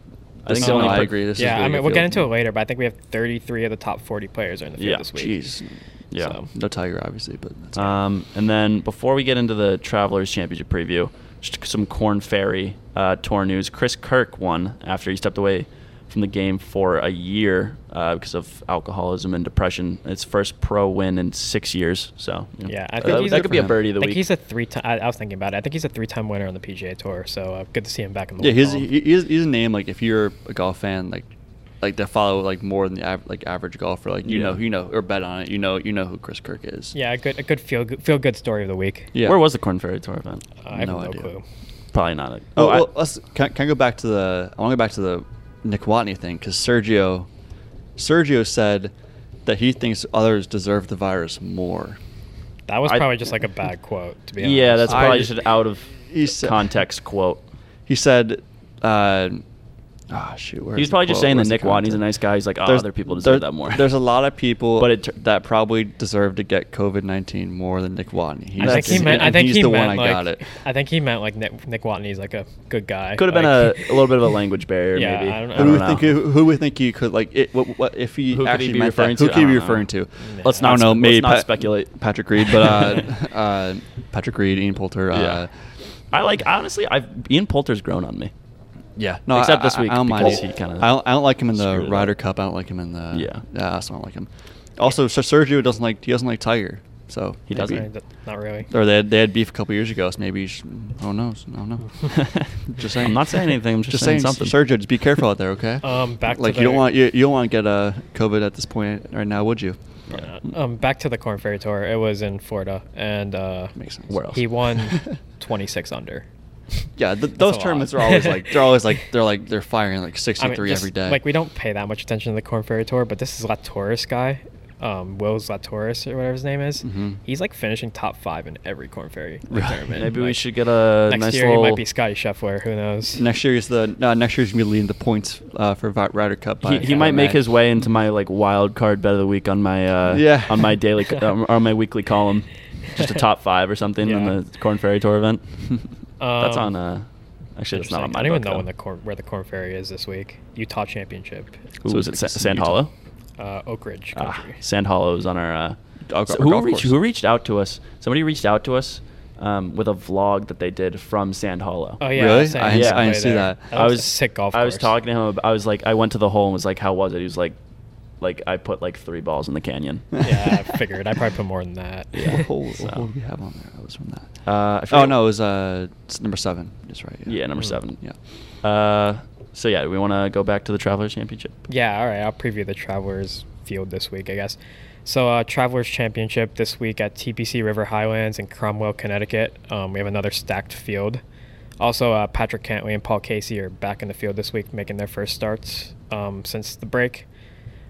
Speaker 2: This
Speaker 1: the
Speaker 2: is-
Speaker 1: only
Speaker 2: no, I
Speaker 1: per-
Speaker 2: agree. This is
Speaker 3: yeah,
Speaker 2: really
Speaker 3: I mean,
Speaker 2: good
Speaker 3: we'll get
Speaker 2: field.
Speaker 3: into it later, but I think we have 33 of the top 40 players are in the field
Speaker 1: Yeah,
Speaker 3: this week.
Speaker 2: Jeez,
Speaker 1: Yeah.
Speaker 3: So-
Speaker 2: no Tiger obviously, but that's
Speaker 1: Um, and then before we get into the Travelers Championship preview, just some Corn Ferry uh, tour news. Chris Kirk won after he stepped away from the game for a year uh, because of alcoholism and depression. It's first pro win in six years. So you know,
Speaker 3: Yeah, I
Speaker 1: that-
Speaker 3: think
Speaker 1: that,
Speaker 3: he's a-
Speaker 1: could be a birdie of the
Speaker 3: I think
Speaker 1: week.
Speaker 3: he's a three-time. I, I was thinking about it. I think he's a three-time winner on the PGA Tour. So uh, good to see him back in the
Speaker 2: Yeah, he's,
Speaker 3: league.
Speaker 2: he- he's he's a name like if you're a golf fan like like that follow like more than the av- like average golfer like you
Speaker 1: Yeah.
Speaker 2: know you know or bet on it you know you know who Chris Kirk is.
Speaker 3: yeah, a good, a good feel, good, feel good story of the week.
Speaker 2: Yeah.
Speaker 1: Where was the Corn Ferry tour event?
Speaker 3: Uh, I have
Speaker 2: No
Speaker 3: no,
Speaker 2: idea.
Speaker 3: clue.
Speaker 1: Probably not. A,
Speaker 2: Oh,
Speaker 1: I-
Speaker 2: well, let's can, can I go back to the I want to go back to the Nick Watney thing because Sergio Sergio said that he thinks others deserve the virus more.
Speaker 3: That was
Speaker 1: I-
Speaker 3: probably just like a bad quote, to be honest.
Speaker 1: yeah, that's
Speaker 2: I-
Speaker 1: probably just an out of
Speaker 2: He said-
Speaker 1: context quote.
Speaker 2: He said, uh, "Ah, shoot." Where
Speaker 1: He was
Speaker 2: is the
Speaker 1: probably just
Speaker 2: quote?
Speaker 1: saying that
Speaker 2: Where's the
Speaker 1: Nick Watney's a
Speaker 2: content?
Speaker 1: nice guy. He's like, oh,
Speaker 2: There's-
Speaker 1: other people
Speaker 2: there-
Speaker 1: deserve that more.
Speaker 2: There's a lot of people,
Speaker 1: But it tur-
Speaker 2: that probably deserve to get COVID nineteen more than Nick Watney. He's,
Speaker 3: I think
Speaker 1: That's-
Speaker 3: he meant. I
Speaker 2: and
Speaker 3: think
Speaker 2: he's
Speaker 3: he
Speaker 2: the
Speaker 3: meant
Speaker 2: one
Speaker 3: like.
Speaker 2: I got it.
Speaker 3: I think he meant like Nick, Nick Watney's like a good guy.
Speaker 1: could have been a,
Speaker 3: like-
Speaker 1: a little bit of a language barrier,
Speaker 3: Yeah,
Speaker 1: maybe.
Speaker 3: I don't- I
Speaker 2: Who
Speaker 3: don't
Speaker 2: would
Speaker 3: know.
Speaker 2: think who, who would think you could like it, what, what if he
Speaker 1: Who could he
Speaker 2: actually
Speaker 1: be
Speaker 2: meant that-
Speaker 1: referring
Speaker 2: who
Speaker 1: to?
Speaker 2: could he
Speaker 1: I
Speaker 2: be
Speaker 1: don't know.
Speaker 2: referring to?
Speaker 3: Nah.
Speaker 1: Let's
Speaker 2: I
Speaker 1: not
Speaker 2: don't know.
Speaker 1: sp-
Speaker 2: Maybe
Speaker 1: let's not
Speaker 2: Pat-
Speaker 1: speculate.
Speaker 2: Patrick Reed, but uh, uh, Patrick Reed, Ian Poulter. Uh,
Speaker 1: Yeah.
Speaker 2: yeah.
Speaker 1: I like honestly. I've Ian Poulter's grown on me.
Speaker 2: No,
Speaker 1: Except
Speaker 2: I,
Speaker 1: this
Speaker 2: I-
Speaker 1: week,
Speaker 2: I don't mind.
Speaker 1: because
Speaker 2: him.
Speaker 1: he kinda
Speaker 2: I don't, I don't like him in the
Speaker 1: screwed it
Speaker 2: Ryder
Speaker 1: up.
Speaker 2: Cup. I don't like him in the.
Speaker 1: Yeah.
Speaker 2: Yeah, I also don't like him. Also, Ser- Sergio doesn't like. He doesn't like Tiger. So
Speaker 1: He
Speaker 2: maybe-
Speaker 1: doesn't.
Speaker 3: Not really.
Speaker 2: Or they had, they had beef a couple years ago. So maybe. You should, who knows? I don't know. Just saying.
Speaker 1: I'm not saying anything. I'm just, saying, something.
Speaker 2: Sergio, just be careful out there, okay?
Speaker 3: Um, back to
Speaker 2: like you don't
Speaker 3: the-
Speaker 2: want you, you don't want to get uh, COVID at this point right now, would you?
Speaker 1: Probably
Speaker 3: Uh,
Speaker 1: not.
Speaker 3: um, back to the Corn Ferry Tour. It was in Florida, and uh,
Speaker 2: Makes sense.
Speaker 1: Where else?
Speaker 3: he won 26 under.
Speaker 2: Yeah, th-
Speaker 3: That's a
Speaker 2: those
Speaker 3: lot.
Speaker 2: tournaments are always like they're always like they're like they're firing like
Speaker 3: I
Speaker 2: 63
Speaker 3: mean, just,
Speaker 2: every day.
Speaker 3: Like we don't pay that much attention to the Corn Ferry Tour, but this is Latourus guy, um, Will's Latourus or whatever his name is.
Speaker 2: Mhm.
Speaker 3: He's like finishing top five in every Corn Ferry
Speaker 2: Right.
Speaker 3: tournament.
Speaker 1: Maybe we
Speaker 3: Like,
Speaker 1: should get a
Speaker 3: next
Speaker 1: nice
Speaker 3: year.
Speaker 1: little.
Speaker 3: He might be Scotty Scheffler. Who knows?
Speaker 2: Next year is the no, next year's gonna be leading the points uh, for Vi- Ryder Cup.
Speaker 1: He,
Speaker 2: by-
Speaker 1: he
Speaker 2: by
Speaker 1: might make
Speaker 2: May.
Speaker 1: his way into my like wild card bet of the week on my uh,
Speaker 2: Yeah.
Speaker 1: on my daily co- um, on my weekly column, just a top five or something
Speaker 3: Yeah.
Speaker 1: in the Corn Ferry Tour event.
Speaker 2: Oh,
Speaker 1: That's on.
Speaker 3: Um,
Speaker 1: Uh, actually, that's not on
Speaker 3: Interesting.
Speaker 1: my.
Speaker 3: I don't even
Speaker 1: book,
Speaker 3: know
Speaker 1: though.
Speaker 3: when the corn, where the Corn Ferry is this week. Utah Championship,
Speaker 1: Ooh,
Speaker 2: So
Speaker 1: is it
Speaker 2: it's
Speaker 1: Sa-
Speaker 2: like some
Speaker 1: Sand
Speaker 2: Utah-
Speaker 1: Hollow?
Speaker 3: uh, Oak Ridge
Speaker 1: Ah,
Speaker 3: Country.
Speaker 1: Sand Hollow is on our. Uh,
Speaker 2: Our go-
Speaker 1: so
Speaker 2: our
Speaker 1: who
Speaker 2: golf
Speaker 1: reached
Speaker 2: course.
Speaker 1: Who reached out to us? Somebody reached out to us um, with a vlog that they did from Sand Hollow.
Speaker 3: Oh yeah,
Speaker 2: Really?
Speaker 3: Sam
Speaker 2: I
Speaker 1: didn't-
Speaker 3: used to
Speaker 1: I didn't
Speaker 3: play
Speaker 2: see
Speaker 3: there.
Speaker 2: that.
Speaker 1: I
Speaker 3: was,
Speaker 1: was
Speaker 3: a sick golf.
Speaker 1: I was
Speaker 3: course.
Speaker 1: talking to him. About, I was like, I went to the hole and was like, "How was it?" He was like, "Like I put like three balls in the canyon."
Speaker 3: Yeah, I figured. I probably put more than that.
Speaker 2: What hole,
Speaker 1: So.
Speaker 2: what hole do we have on there? I was from that.
Speaker 1: Uh, I
Speaker 2: oh
Speaker 1: forget-
Speaker 2: no, it was uh it's number seven. That's right.
Speaker 1: Yeah, number
Speaker 3: Mm.
Speaker 1: seven.
Speaker 2: Yeah.
Speaker 1: Uh, so yeah, we want to go back to the Travelers Championship.
Speaker 3: Yeah, all right. I'll preview the Travelers field this week, I guess. So, uh, Travelers Championship this week at TPC River Highlands in Cromwell, Connecticut. Um, we have another stacked field. Also, uh, Patrick Cantley and Paul Casey are back in the field this week, making their first starts um, since the break.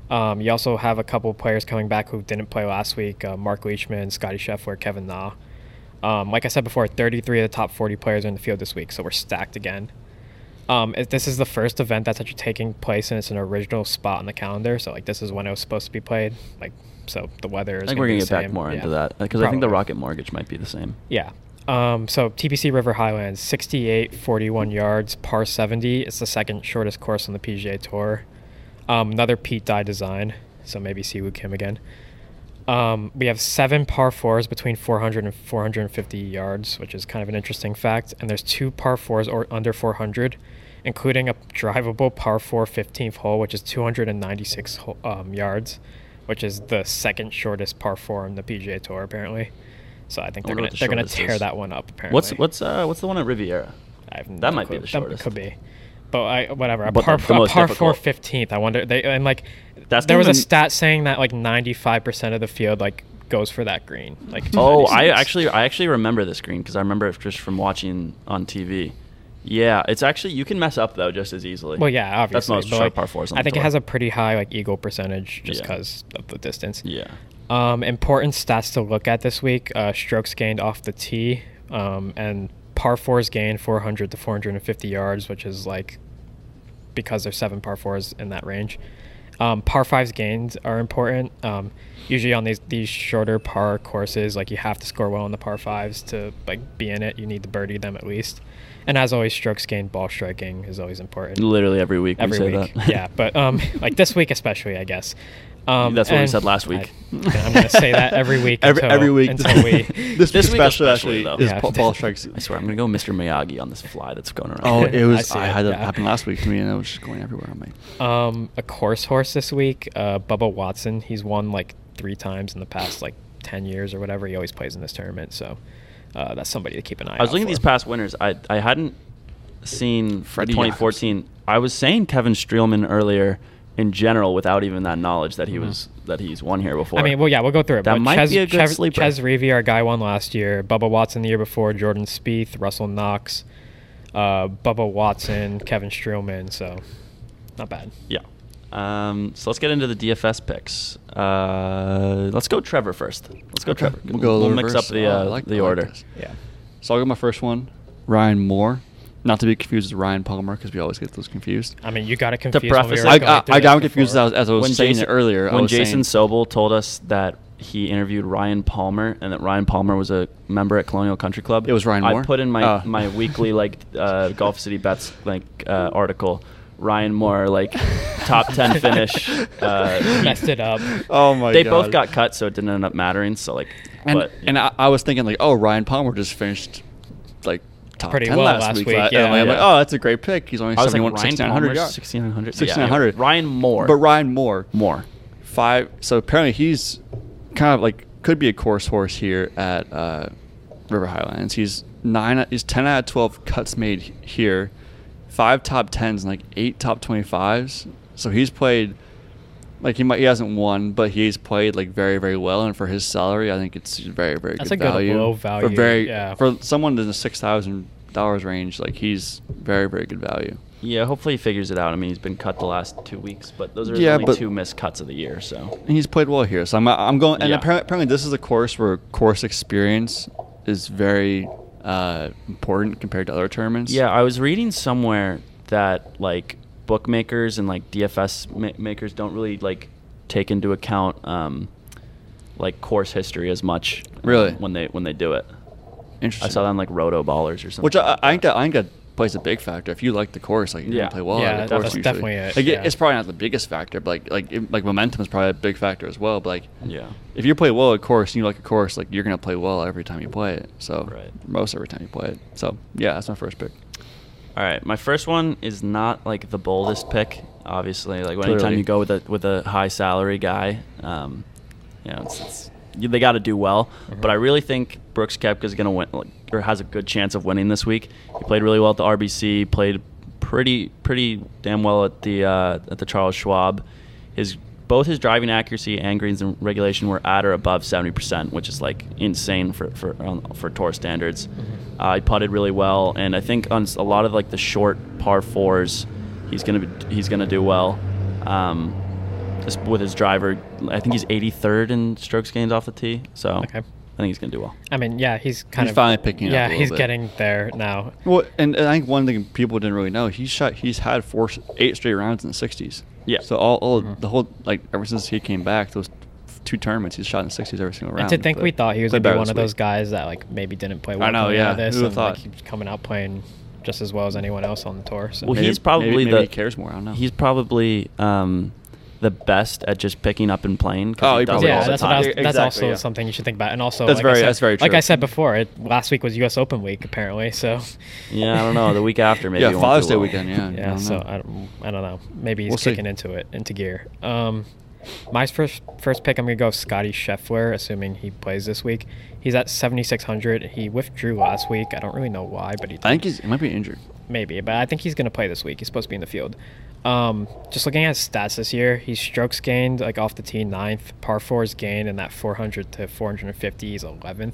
Speaker 3: Um, you also have a couple of players coming back who didn't play last week: uh, Mark Leishman, Scotty Scheffler, Kevin Na. Um, like I said before, 33 of the top 40 players are in the field this week, so we're stacked again. Um, it- this is the first event that's actually taking place, and it's an original spot on the calendar. So like this is when it was supposed to be played. Like so, the weather is.
Speaker 1: I think
Speaker 3: gonna
Speaker 1: we're
Speaker 3: be
Speaker 1: gonna
Speaker 3: the
Speaker 1: get back
Speaker 3: same.
Speaker 1: more
Speaker 3: Yeah.
Speaker 1: into that because I think the
Speaker 3: Probably.
Speaker 1: Rocket Mortgage might be the same.
Speaker 3: Yeah. Um, so TPC River Highlands, 68, 41 yards, par 70. It's the second shortest course on the PGA Tour. Um, another Pete Dye design, so maybe Siwoo Kim again. Um, we have seven par fours between 400 and 450 yards, which is kind of an interesting fact. And there's two par fours or under 400, including a drivable par four 15th hole, which is 296 ho- um, yards, which is the second shortest par four on the PGA Tour apparently. So I think
Speaker 1: I wonder
Speaker 3: they're gonna
Speaker 1: what the
Speaker 3: they're gonna
Speaker 1: shortest
Speaker 3: tear
Speaker 1: is.
Speaker 3: that one up apparently.
Speaker 1: What's what's uh, what's the one at Riviera?
Speaker 3: I have
Speaker 1: that
Speaker 3: no
Speaker 1: might be
Speaker 3: clue.
Speaker 1: the
Speaker 3: That
Speaker 1: shortest.
Speaker 3: could be. But I, whatever, a
Speaker 1: But the-
Speaker 3: par,
Speaker 1: the
Speaker 3: a
Speaker 1: most
Speaker 3: par four
Speaker 1: difficult.
Speaker 3: 15th. I wonder they and like
Speaker 1: That's
Speaker 3: there was a
Speaker 1: even-
Speaker 3: stat saying that like 95% of the field like goes for that green. Like
Speaker 1: Oh, I
Speaker 3: 96.
Speaker 1: actually I actually remember this green because I remember it just from watching on TV. Yeah, it's actually you can mess up though just as easily.
Speaker 3: Well, yeah, obviously.
Speaker 1: That's most
Speaker 3: but,
Speaker 1: short
Speaker 3: like,
Speaker 1: par fours. On
Speaker 3: I
Speaker 1: the
Speaker 3: think it
Speaker 1: tour.
Speaker 3: has a pretty high like eagle percentage just
Speaker 1: Yeah.
Speaker 3: because of the distance.
Speaker 1: Yeah,
Speaker 3: Um, important stats to look at this week: uh, strokes gained off the tee, um, and par fours gained 400 to 450 yards, which is like because there's seven par fours in that range. Um, par fives gained are important. Um, usually on these these shorter par courses, like you have to score well on the par fives to like be in it. You need to birdie them at least. And as always, strokes gained, ball striking is always important
Speaker 1: literally every week.
Speaker 3: every
Speaker 1: we say
Speaker 3: week.
Speaker 1: That.
Speaker 3: yeah, but um, like this week especially, I guess. Um,
Speaker 1: That's what we
Speaker 3: and
Speaker 1: said last week.
Speaker 3: I, am gonna say that every week.
Speaker 2: every,
Speaker 3: until-
Speaker 2: every week.
Speaker 3: until we.
Speaker 2: this,
Speaker 1: This
Speaker 2: week
Speaker 1: week
Speaker 2: especially,
Speaker 1: especially,
Speaker 2: actually
Speaker 1: though.
Speaker 2: is
Speaker 3: Yeah.
Speaker 2: pa- ball strikes.
Speaker 1: I swear I'm gonna go Mr. Miyagi on this fly that's going around.
Speaker 2: Oh, it
Speaker 3: I
Speaker 2: was.
Speaker 3: see
Speaker 2: I,
Speaker 3: it,
Speaker 2: had that
Speaker 3: yeah.
Speaker 2: happen last week to me, and it was just going everywhere on me.
Speaker 3: um, a course horse this week, uh, Bubba Watson. He's won like three times in the past like ten years or whatever. He always plays in this tournament, so uh, that's somebody to keep an eye.
Speaker 1: I was
Speaker 3: out
Speaker 1: looking
Speaker 3: for.
Speaker 1: at these past winners. I I hadn't seen
Speaker 2: Freddie
Speaker 1: 2014. I was saying Kevin Streelman earlier in general without even that knowledge that he
Speaker 2: Mhm.
Speaker 1: was that he's won here before.
Speaker 3: Mm-hmm. I mean, well, yeah, we'll go through it.
Speaker 1: That
Speaker 3: but
Speaker 1: might
Speaker 3: Ches,
Speaker 1: be a good
Speaker 3: Ches,
Speaker 1: sleeper.
Speaker 3: Ches Reavy, our guy, won last year. Bubba Watson the year before. Jordan Spieth, Russell Knox, uh, Bubba Watson, Kevin Streelman. So, not bad.
Speaker 1: Yeah. Um, so let's get into the DFS picks. Uh, let's go Trevor first. Let's go
Speaker 2: Okay.
Speaker 1: Trevor.
Speaker 2: We'll go a little
Speaker 1: mix
Speaker 2: reverse.
Speaker 1: up the
Speaker 2: Oh, I
Speaker 1: uh,
Speaker 2: like- I
Speaker 1: the
Speaker 2: like
Speaker 1: order.
Speaker 2: this.
Speaker 3: Yeah.
Speaker 2: So I'll go my first one, Ryan Moore. Not to be confused with Ryan Palmer because we always get those confused.
Speaker 3: I mean, you got it confused.
Speaker 1: preface
Speaker 3: when
Speaker 1: it-
Speaker 3: we were
Speaker 1: I-
Speaker 3: going
Speaker 1: I-
Speaker 3: through
Speaker 2: I
Speaker 3: this
Speaker 2: got confused
Speaker 3: before.
Speaker 2: as- as I was saying it earlier, I
Speaker 1: When
Speaker 2: was
Speaker 1: Jason
Speaker 2: saying-
Speaker 1: Sobel told us that he interviewed Ryan Palmer and that Ryan Palmer was a member at Colonial Country Club,
Speaker 2: It was Ryan Moore?
Speaker 1: I put in my,
Speaker 2: Oh.
Speaker 1: my weekly like uh, Golf City Bets like uh, article. Ryan Moore like top ten finish. Uh,
Speaker 3: Messed it up.
Speaker 2: Oh my
Speaker 1: they
Speaker 2: god!
Speaker 1: both got cut, so it didn't end up mattering. So like,
Speaker 2: And
Speaker 1: but,
Speaker 2: and I, I was thinking like, oh, Ryan Palmer just finished like top
Speaker 3: Pretty
Speaker 2: ten
Speaker 3: well
Speaker 2: last,
Speaker 3: last
Speaker 2: week.
Speaker 3: week,
Speaker 2: Like,
Speaker 3: yeah.
Speaker 2: and I'm like,
Speaker 1: Yeah.
Speaker 2: oh, that's a great pick. He's only
Speaker 1: I was like
Speaker 2: 71,
Speaker 1: Ryan
Speaker 2: 1600
Speaker 1: Palmer,
Speaker 2: yards.
Speaker 1: 1600. Yeah,
Speaker 2: 1600.
Speaker 1: Ryan Moore.
Speaker 2: But Ryan Moore,
Speaker 1: Moore.
Speaker 2: five. So apparently he's kind of like could be a course horse here at uh, River Highlands. He's nine. He's ten out of twelve cuts made here, five top tens and like eight top twenty fives. So he's played. Like he might, he hasn't won, but he's played like very, very well, and for his salary, I think it's very, very
Speaker 3: That's
Speaker 2: good
Speaker 3: a good
Speaker 2: value.
Speaker 3: low
Speaker 2: for
Speaker 3: value,
Speaker 2: very
Speaker 3: yeah.
Speaker 2: for someone in the six thousand dollars range, like he's very, very good value.
Speaker 1: Yeah, hopefully he figures it out. I mean, he's been cut the last two weeks, but those are
Speaker 2: Yeah,
Speaker 1: only
Speaker 2: but-
Speaker 1: two missed cuts of the year. So
Speaker 2: And he's played well here. So I'm, I'm going. And
Speaker 1: Yeah.
Speaker 2: apparently, apparently, this is a course where course experience is very uh, important compared to other tournaments.
Speaker 1: yeah, I was reading somewhere that like bookmakers and like DFS ma- makers don't really like take into account um, like course history as much. um,
Speaker 2: Really?
Speaker 1: when they when they do it, I
Speaker 2: interesting.
Speaker 1: saw that on like Roto Ballers or something.
Speaker 2: Which I, I
Speaker 1: like
Speaker 2: think that I think that plays a big factor. If you like the course, like you're
Speaker 1: Yeah.
Speaker 2: gonna play well.
Speaker 3: Yeah,
Speaker 2: at the
Speaker 3: that-
Speaker 2: course
Speaker 3: that's
Speaker 2: usually.
Speaker 3: definitely it,
Speaker 2: Like,
Speaker 3: yeah.
Speaker 2: It's probably not the biggest factor, but like like it- like momentum is probably a big factor as well. But like
Speaker 1: Yeah.
Speaker 2: if you play well at course and you like a course, like you're gonna play well every time you play it. So
Speaker 1: Right.
Speaker 2: most every time you play it. So yeah, that's my first pick.
Speaker 1: All right, my first one is not like the boldest pick, obviously. Like anytime
Speaker 2: Clearly.
Speaker 1: you go with a with a high salary guy, um, you know, it's, it's, you, they got to do well. But I really think Brooks Koepka is going to win, like, or has a good chance of winning this week. He played really well at the RBC. Played pretty pretty damn well at the uh, at the Charles Schwab. His both his driving accuracy and greens and regulation were at or above seventy percent, which is like insane for for um, for tour standards. Uh, he putted really well, and I think on s- a lot of like the short par fours, he's gonna be, he's gonna do well. Um, just with his driver, I think he's 83rd in strokes gained off the tee. So
Speaker 3: Okay.
Speaker 1: I think he's gonna do well.
Speaker 3: I mean, yeah, he's kind
Speaker 2: He's
Speaker 3: of
Speaker 2: finally picking it up a
Speaker 3: Yeah,
Speaker 2: little
Speaker 3: he's
Speaker 2: bit.
Speaker 3: getting there now.
Speaker 2: Well, and, and I think one thing people didn't really know he's shot he's had four s- eight straight rounds in the sixties.
Speaker 1: Yeah.
Speaker 2: So all, all
Speaker 3: Mhm.
Speaker 2: the whole like ever since he came back those two tournaments he's shot in the sixties every single round.
Speaker 3: and to think
Speaker 2: but
Speaker 3: we thought he was
Speaker 2: played
Speaker 3: gonna be
Speaker 2: better
Speaker 3: one
Speaker 2: this
Speaker 3: of those
Speaker 2: week.
Speaker 3: guys that like maybe didn't play well.
Speaker 2: know,
Speaker 3: coming out of
Speaker 2: yeah.
Speaker 3: This
Speaker 2: Who
Speaker 3: and,
Speaker 2: would've
Speaker 3: like,
Speaker 2: thought?
Speaker 3: he's coming out playing just as well as anyone else on the tour. So.
Speaker 1: Well,
Speaker 2: Maybe-
Speaker 1: he's probably
Speaker 2: maybe- maybe
Speaker 1: the
Speaker 2: he cares more, I don't know.
Speaker 1: He's probably um, the best at just picking up and playing. 'cause
Speaker 2: Oh, he
Speaker 1: does
Speaker 2: probably
Speaker 1: it all
Speaker 3: yeah,
Speaker 2: is.
Speaker 1: the
Speaker 3: that's, what
Speaker 1: time.
Speaker 3: I was, that's
Speaker 2: Exactly,
Speaker 3: also
Speaker 2: yeah.
Speaker 3: something you should think about. And also,
Speaker 2: That's
Speaker 3: like I
Speaker 2: very-
Speaker 3: said,
Speaker 2: that's very
Speaker 3: Like I
Speaker 2: true.
Speaker 3: said before, it, last week was U.S. Open week apparently. So
Speaker 1: Yeah, I don't know. The week after, maybe.
Speaker 2: Yeah,
Speaker 1: it won't do
Speaker 2: Father's Day
Speaker 1: well.
Speaker 2: weekend, yeah. I
Speaker 3: yeah.
Speaker 2: don't
Speaker 3: so
Speaker 2: know.
Speaker 3: I don't, I don't know. Maybe he's
Speaker 2: We'll see.
Speaker 3: kicking into it, into gear. Um, my first first pick, I'm gonna go Scotty Scheffler, assuming he plays this week. He's at 7600. He withdrew last week. I don't really know why, but he.
Speaker 2: I think
Speaker 3: did.
Speaker 2: he's he might be injured.
Speaker 3: maybe, but I think he's gonna play this week. He's supposed to be in the field. Um, just looking at his stats this year, he's strokes gained like off the tee ninth, par fours gained, and that 400 to 450 he's 11th,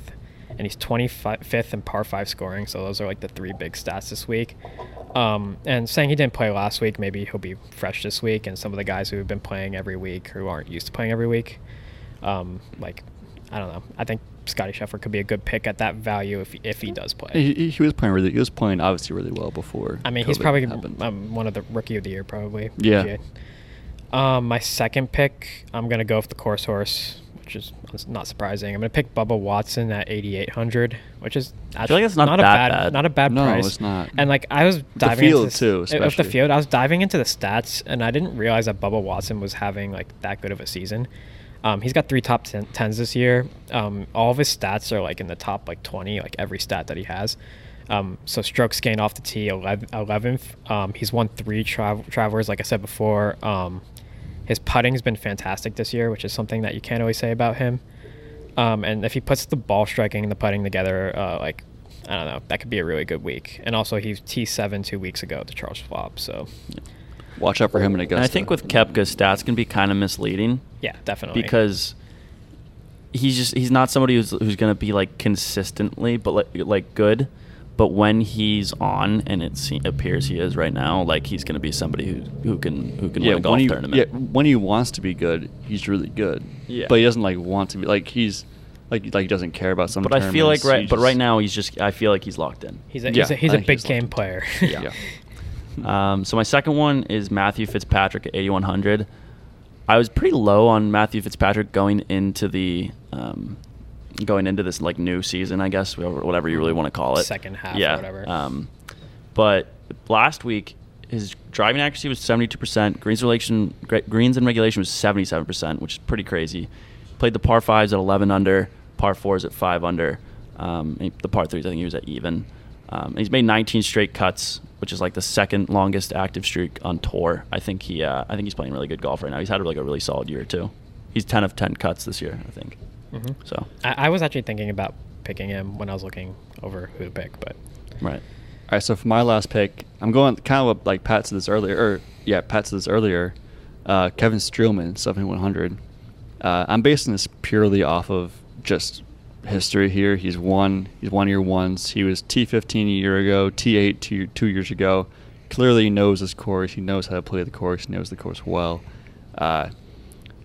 Speaker 3: and he's 25th in par five scoring. So those are like the three big stats this week. Um, and saying he didn't play last week, maybe he'll be fresh this week. And some of the guys who have been playing every week who aren't used to playing every week, um, like I don't know. I think Scotty Scheffler could be a good pick at that value if if he does play.
Speaker 2: He, he- he was playing really he was playing obviously really well before.
Speaker 3: I mean, he's
Speaker 2: COVID
Speaker 3: probably
Speaker 2: happened.
Speaker 3: um, one of the rookie of the year, probably.
Speaker 2: Yeah.
Speaker 3: PGA. Um, my second pick, I'm gonna go with the course horse, which is it's not surprising. I'm gonna pick Bubba Watson at 8,800, which is actually
Speaker 1: like it's not that
Speaker 3: a bad,
Speaker 1: bad.
Speaker 3: not a bad
Speaker 2: No,
Speaker 3: price.
Speaker 2: it's not.
Speaker 3: And like I was diving
Speaker 2: field,
Speaker 3: into
Speaker 2: too,
Speaker 3: this, with the
Speaker 2: especially.
Speaker 3: field, I was diving into the stats, and I didn't realize that Bubba Watson was having like that good of a season. Um, he's got three top ten, tens this year. Um, all of his stats are like in the top like 20, like every stat that he has. Um, so strokes gained off the tee, 11th. 11th. Um, he's won three tra- travelers, like I said before. Um, his putting's been fantastic this year, which is something that you can't always say about him. Um, and if he puts the ball striking and the putting together, uh, like I don't know, that could be a really good week. And also, he's T seven two weeks ago to Charles Schwab, so
Speaker 2: watch out for him in Augusta.
Speaker 1: And I think with Kepka, stats can be kind of misleading
Speaker 3: yeah, definitely.
Speaker 1: because he's just he's not somebody who's who's gonna be like consistently, but like like good. But when he's on, and it se- appears he is right now, like he's gonna be somebody who who can who can
Speaker 2: yeah,
Speaker 1: win a golf
Speaker 2: when he, yeah,
Speaker 1: tournament.
Speaker 2: when he wants to be good, he's really good.
Speaker 1: Yeah.
Speaker 2: But he doesn't like want to be like he's like like he doesn't care about some.
Speaker 1: but I feel like
Speaker 2: tournaments,
Speaker 1: right,
Speaker 2: he
Speaker 1: but
Speaker 2: just-
Speaker 1: right now he's just I feel like he's locked in.
Speaker 3: he's a,
Speaker 2: Yeah,
Speaker 3: he's a, he's
Speaker 2: I
Speaker 3: a
Speaker 2: think
Speaker 3: big
Speaker 2: he's
Speaker 3: game
Speaker 2: lucky.
Speaker 3: player.
Speaker 1: Yeah. Um, so my second one is Matthew Fitzpatrick at 8100. I was pretty low on Matthew Fitzpatrick going into the um, going into this like new season, I guess, whatever whatever you really want to call it,
Speaker 3: Second half or
Speaker 1: yeah.
Speaker 3: whatever.
Speaker 1: Um, but last week his driving accuracy was 72%, greens relation gre- greens in regulation was 77%, which is pretty crazy. Played the par 5s at 11 under, par 4s at 5 under. Um, and the par 3s I think he was at even. Um, and he's made 19 straight cuts, which is like the second longest active streak on tour. I think he uh, I think he's playing really good golf right now. He's had like a really solid year too. He's 10 of 10 cuts this year, I think.
Speaker 3: Mhm.
Speaker 1: So,
Speaker 3: I, I was actually thinking about picking him when I was looking over who to pick, but
Speaker 1: right.
Speaker 2: All right, so for my last pick, I'm going kind of what, like Pat said this earlier, or yeah, Pat said this earlier. Uh, Kevin Streelman, 7100. Uh, I'm basing this purely off of just history here. He's won. He's won year once. He was T15 a year ago, T8 two, two years ago. Clearly, he knows his course. He knows how to play the course. He knows the course well. Uh,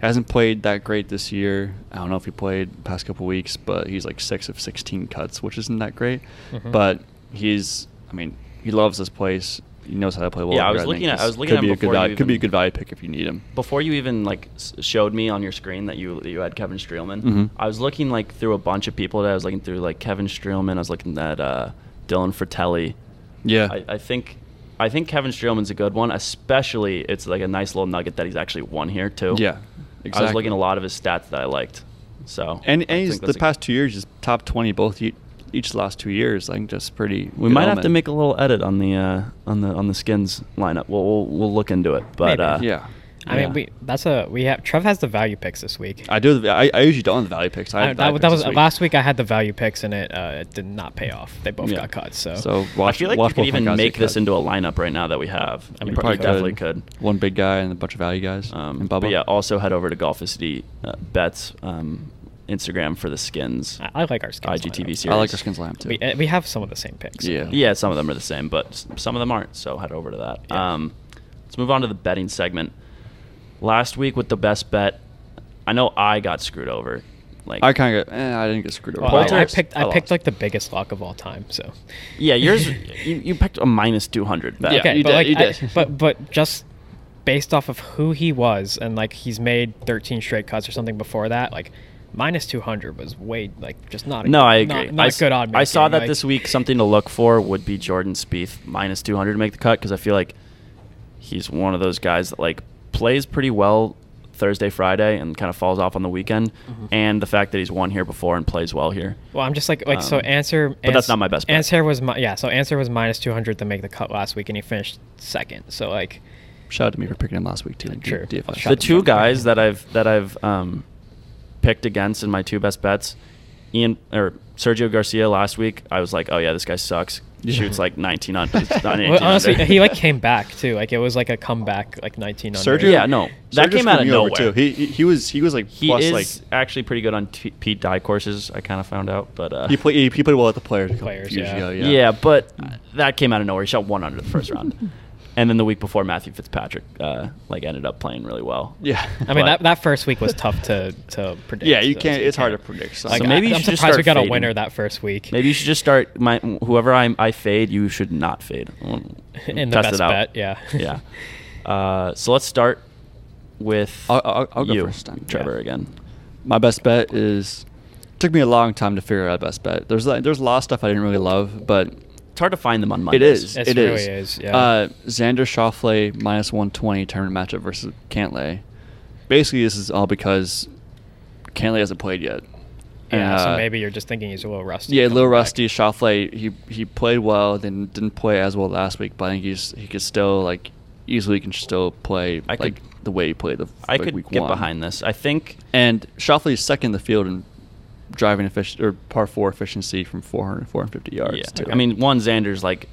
Speaker 2: hasn't played that great this year. I don't know if he played past couple weeks, but he's like six of 16 cuts, which isn't that great.
Speaker 1: Mm-hmm.
Speaker 3: Mhm.
Speaker 2: But he's, I mean, he loves this place. He knows how to play well.
Speaker 1: Yeah, I
Speaker 2: here,
Speaker 1: was
Speaker 2: think
Speaker 1: looking at-
Speaker 2: this
Speaker 1: I was looking
Speaker 2: could
Speaker 1: at
Speaker 2: be
Speaker 1: him
Speaker 2: a good
Speaker 1: before you
Speaker 2: value, could be a
Speaker 1: even-
Speaker 2: good value pick if you need him.
Speaker 1: before you even like s- showed me on your screen that you that you had Kevin Streelman,
Speaker 2: Mhm.
Speaker 1: I was looking like through a bunch of people. That I was looking through like Kevin Streelman. I was looking at uh, Dylan Fratelli.
Speaker 2: yeah,
Speaker 1: I, I think I think Kevin Streelman's a good one. Especially it's like a nice little nugget that he's actually won here too.
Speaker 2: yeah,
Speaker 1: I was looking at a lot of his stats that I liked. So
Speaker 2: And,
Speaker 1: I
Speaker 2: and he's,
Speaker 1: think
Speaker 2: the
Speaker 1: that's a-
Speaker 2: past two years, he's top 20 both e- each last two years. I think that's pretty.
Speaker 1: We
Speaker 2: good
Speaker 1: might have to
Speaker 2: omen.
Speaker 1: make a little edit on the uh, on the on the skins lineup. We'll we'll, we'll look into it. But
Speaker 3: Maybe.
Speaker 1: uh,
Speaker 2: Yeah.
Speaker 3: I
Speaker 1: Yeah.
Speaker 3: mean, we that's a we have Trev has the value picks this week.
Speaker 2: I do. I, I usually don't have value picks. I
Speaker 3: I-
Speaker 2: have
Speaker 3: that,
Speaker 2: value
Speaker 3: that
Speaker 2: picks
Speaker 3: was
Speaker 2: this week.
Speaker 3: last week. I had the value picks and it uh, it did not pay off. They both
Speaker 1: Yeah.
Speaker 3: got cut. So
Speaker 2: So
Speaker 1: I
Speaker 2: watch,
Speaker 1: feel like
Speaker 2: watch
Speaker 1: you could
Speaker 2: both
Speaker 1: even
Speaker 2: guys get
Speaker 1: make this
Speaker 2: cut.
Speaker 1: into a lineup right now that we have.
Speaker 3: I
Speaker 1: You
Speaker 3: mean,
Speaker 1: pro-
Speaker 3: probably
Speaker 1: you definitely could.
Speaker 2: One big guy and a bunch of value guys.
Speaker 1: Um,
Speaker 2: and Bubba.
Speaker 1: but yeah, also head over to Golficity uh, Bets um, Instagram for the skins.
Speaker 3: I, I like our skins.
Speaker 1: IGTV
Speaker 3: lineup.
Speaker 1: series.
Speaker 2: I like our skins lamp too.
Speaker 3: We, uh, we have some of the same picks.
Speaker 2: Yeah.
Speaker 1: Yeah, some of them are the same, but s- some of them aren't. So head over to that.
Speaker 3: Yeah.
Speaker 1: Um, let's move on to the betting segment. Last week with the best bet, I know I got screwed over Like
Speaker 2: I kind of, eh, I didn't get screwed over.
Speaker 3: Well,
Speaker 2: by
Speaker 3: I, I
Speaker 1: Poulter's-
Speaker 2: loss.
Speaker 3: picked
Speaker 1: I
Speaker 3: I picked
Speaker 1: lost.
Speaker 3: like the biggest lock of all time. So
Speaker 1: yeah, yours you, you picked a minus two hundred.
Speaker 2: Yeah,
Speaker 3: okay,
Speaker 2: you
Speaker 3: but
Speaker 2: did-
Speaker 3: like
Speaker 2: you
Speaker 3: I-
Speaker 2: did.
Speaker 3: but but just based off of who he was and like he's made 13 straight cuts or something before that, like minus 200 was way like just not. A,
Speaker 1: No, I
Speaker 3: not-
Speaker 1: agree.
Speaker 3: Not,
Speaker 1: I,
Speaker 3: a
Speaker 1: s-
Speaker 3: good odd.
Speaker 1: I saw
Speaker 3: making,
Speaker 1: that
Speaker 3: like-
Speaker 1: this week. Something to look for would be Jordan Spieth minus two hundred to make the cut because I feel like he's one of those guys that like plays pretty well Thursday, Friday, and kind of falls off on the weekend. And the fact that he's won here before and plays well here.
Speaker 3: Mm-hmm. Well, I'm just like like so
Speaker 1: Um,
Speaker 3: answer.
Speaker 1: but that's not my best bet.
Speaker 3: Answer was my yeah. So answer was minus 200 to make the cut last week, and he finished second. So like
Speaker 2: Shout out to me for picking him last week too. in
Speaker 3: Sure.
Speaker 2: DFS.
Speaker 3: I'll shout
Speaker 1: the
Speaker 3: Shot
Speaker 1: two
Speaker 3: them down.
Speaker 1: guys that I've that I've um, picked against in my two best bets, Ian or Sergio Garcia last week. I was like, oh yeah, this guy sucks.
Speaker 2: Yeah.
Speaker 1: Shoots like 19 on.
Speaker 2: Well,
Speaker 1: 18
Speaker 3: well, honestly,
Speaker 1: under.
Speaker 3: he like came back too. Like it was like a comeback, like 19.
Speaker 2: Sergio,
Speaker 1: Yeah, no, that
Speaker 2: Sergio
Speaker 1: came out of
Speaker 2: screwed me over,
Speaker 1: nowhere.
Speaker 2: Too. He, he he was he was like
Speaker 1: He
Speaker 2: plus
Speaker 1: is
Speaker 2: like
Speaker 1: actually pretty good on t- Pete Dye courses. I kind of found out, but uh,
Speaker 2: he played he, he played well at the players. a couple
Speaker 3: Players,
Speaker 2: years
Speaker 3: yeah.
Speaker 2: ago,
Speaker 1: yeah. but uh, that came out of nowhere. He shot one under the first round, and then the week before, Matthew Fitzpatrick uh, like ended up playing really well.
Speaker 2: yeah.
Speaker 3: I
Speaker 1: But-
Speaker 3: mean that, that first week was tough to to predict.
Speaker 2: yeah, you
Speaker 3: so
Speaker 2: can't.
Speaker 3: you
Speaker 2: It's hard to
Speaker 3: can't-
Speaker 2: predict.
Speaker 1: So
Speaker 2: So
Speaker 3: Like,
Speaker 1: maybe-
Speaker 3: I,
Speaker 1: you
Speaker 3: I'm
Speaker 1: should just
Speaker 3: surprised we
Speaker 1: start
Speaker 3: got
Speaker 1: fading.
Speaker 3: a winner that first week.
Speaker 1: Maybe you should just start my whoever I I fade. You should not fade. We'll
Speaker 3: in the
Speaker 1: test
Speaker 3: best
Speaker 1: it out.
Speaker 3: bet. Yeah.
Speaker 1: yeah. Uh, so let's start with
Speaker 2: I'll- I'll- I'll go
Speaker 1: you,
Speaker 2: first time.
Speaker 1: Trevor
Speaker 3: Yeah.
Speaker 1: again.
Speaker 2: my best bet is. Took me a long time to figure out best bet. There's like, there's a lot of stuff I didn't really love, but
Speaker 1: It's hard to find them on Mondays.
Speaker 2: It is.
Speaker 3: It's
Speaker 2: it
Speaker 3: really
Speaker 2: is.
Speaker 3: is, yeah.
Speaker 2: Uh, Xander Schauffele minus 120 tournament matchup versus Cantlay. Basically, this is all because Cantlay hasn't played yet.
Speaker 3: Yeah,
Speaker 2: Uh,
Speaker 3: so maybe you're just thinking he's a little rusty.
Speaker 2: Yeah, a little
Speaker 3: coming back.
Speaker 2: rusty. Schauffele, he he played well, then didn't play as well last week, but I think he's he could still like easily can still play
Speaker 1: I
Speaker 2: like
Speaker 1: could-
Speaker 2: the way he played the f-
Speaker 1: I
Speaker 2: like,
Speaker 1: could
Speaker 2: week
Speaker 1: get
Speaker 2: one.
Speaker 1: behind this. I think
Speaker 2: And Shoffley is second in the field in driving efficient or par four efficiency from 400 450 yards.
Speaker 1: Yeah.
Speaker 2: too.
Speaker 1: I mean, one Xander's like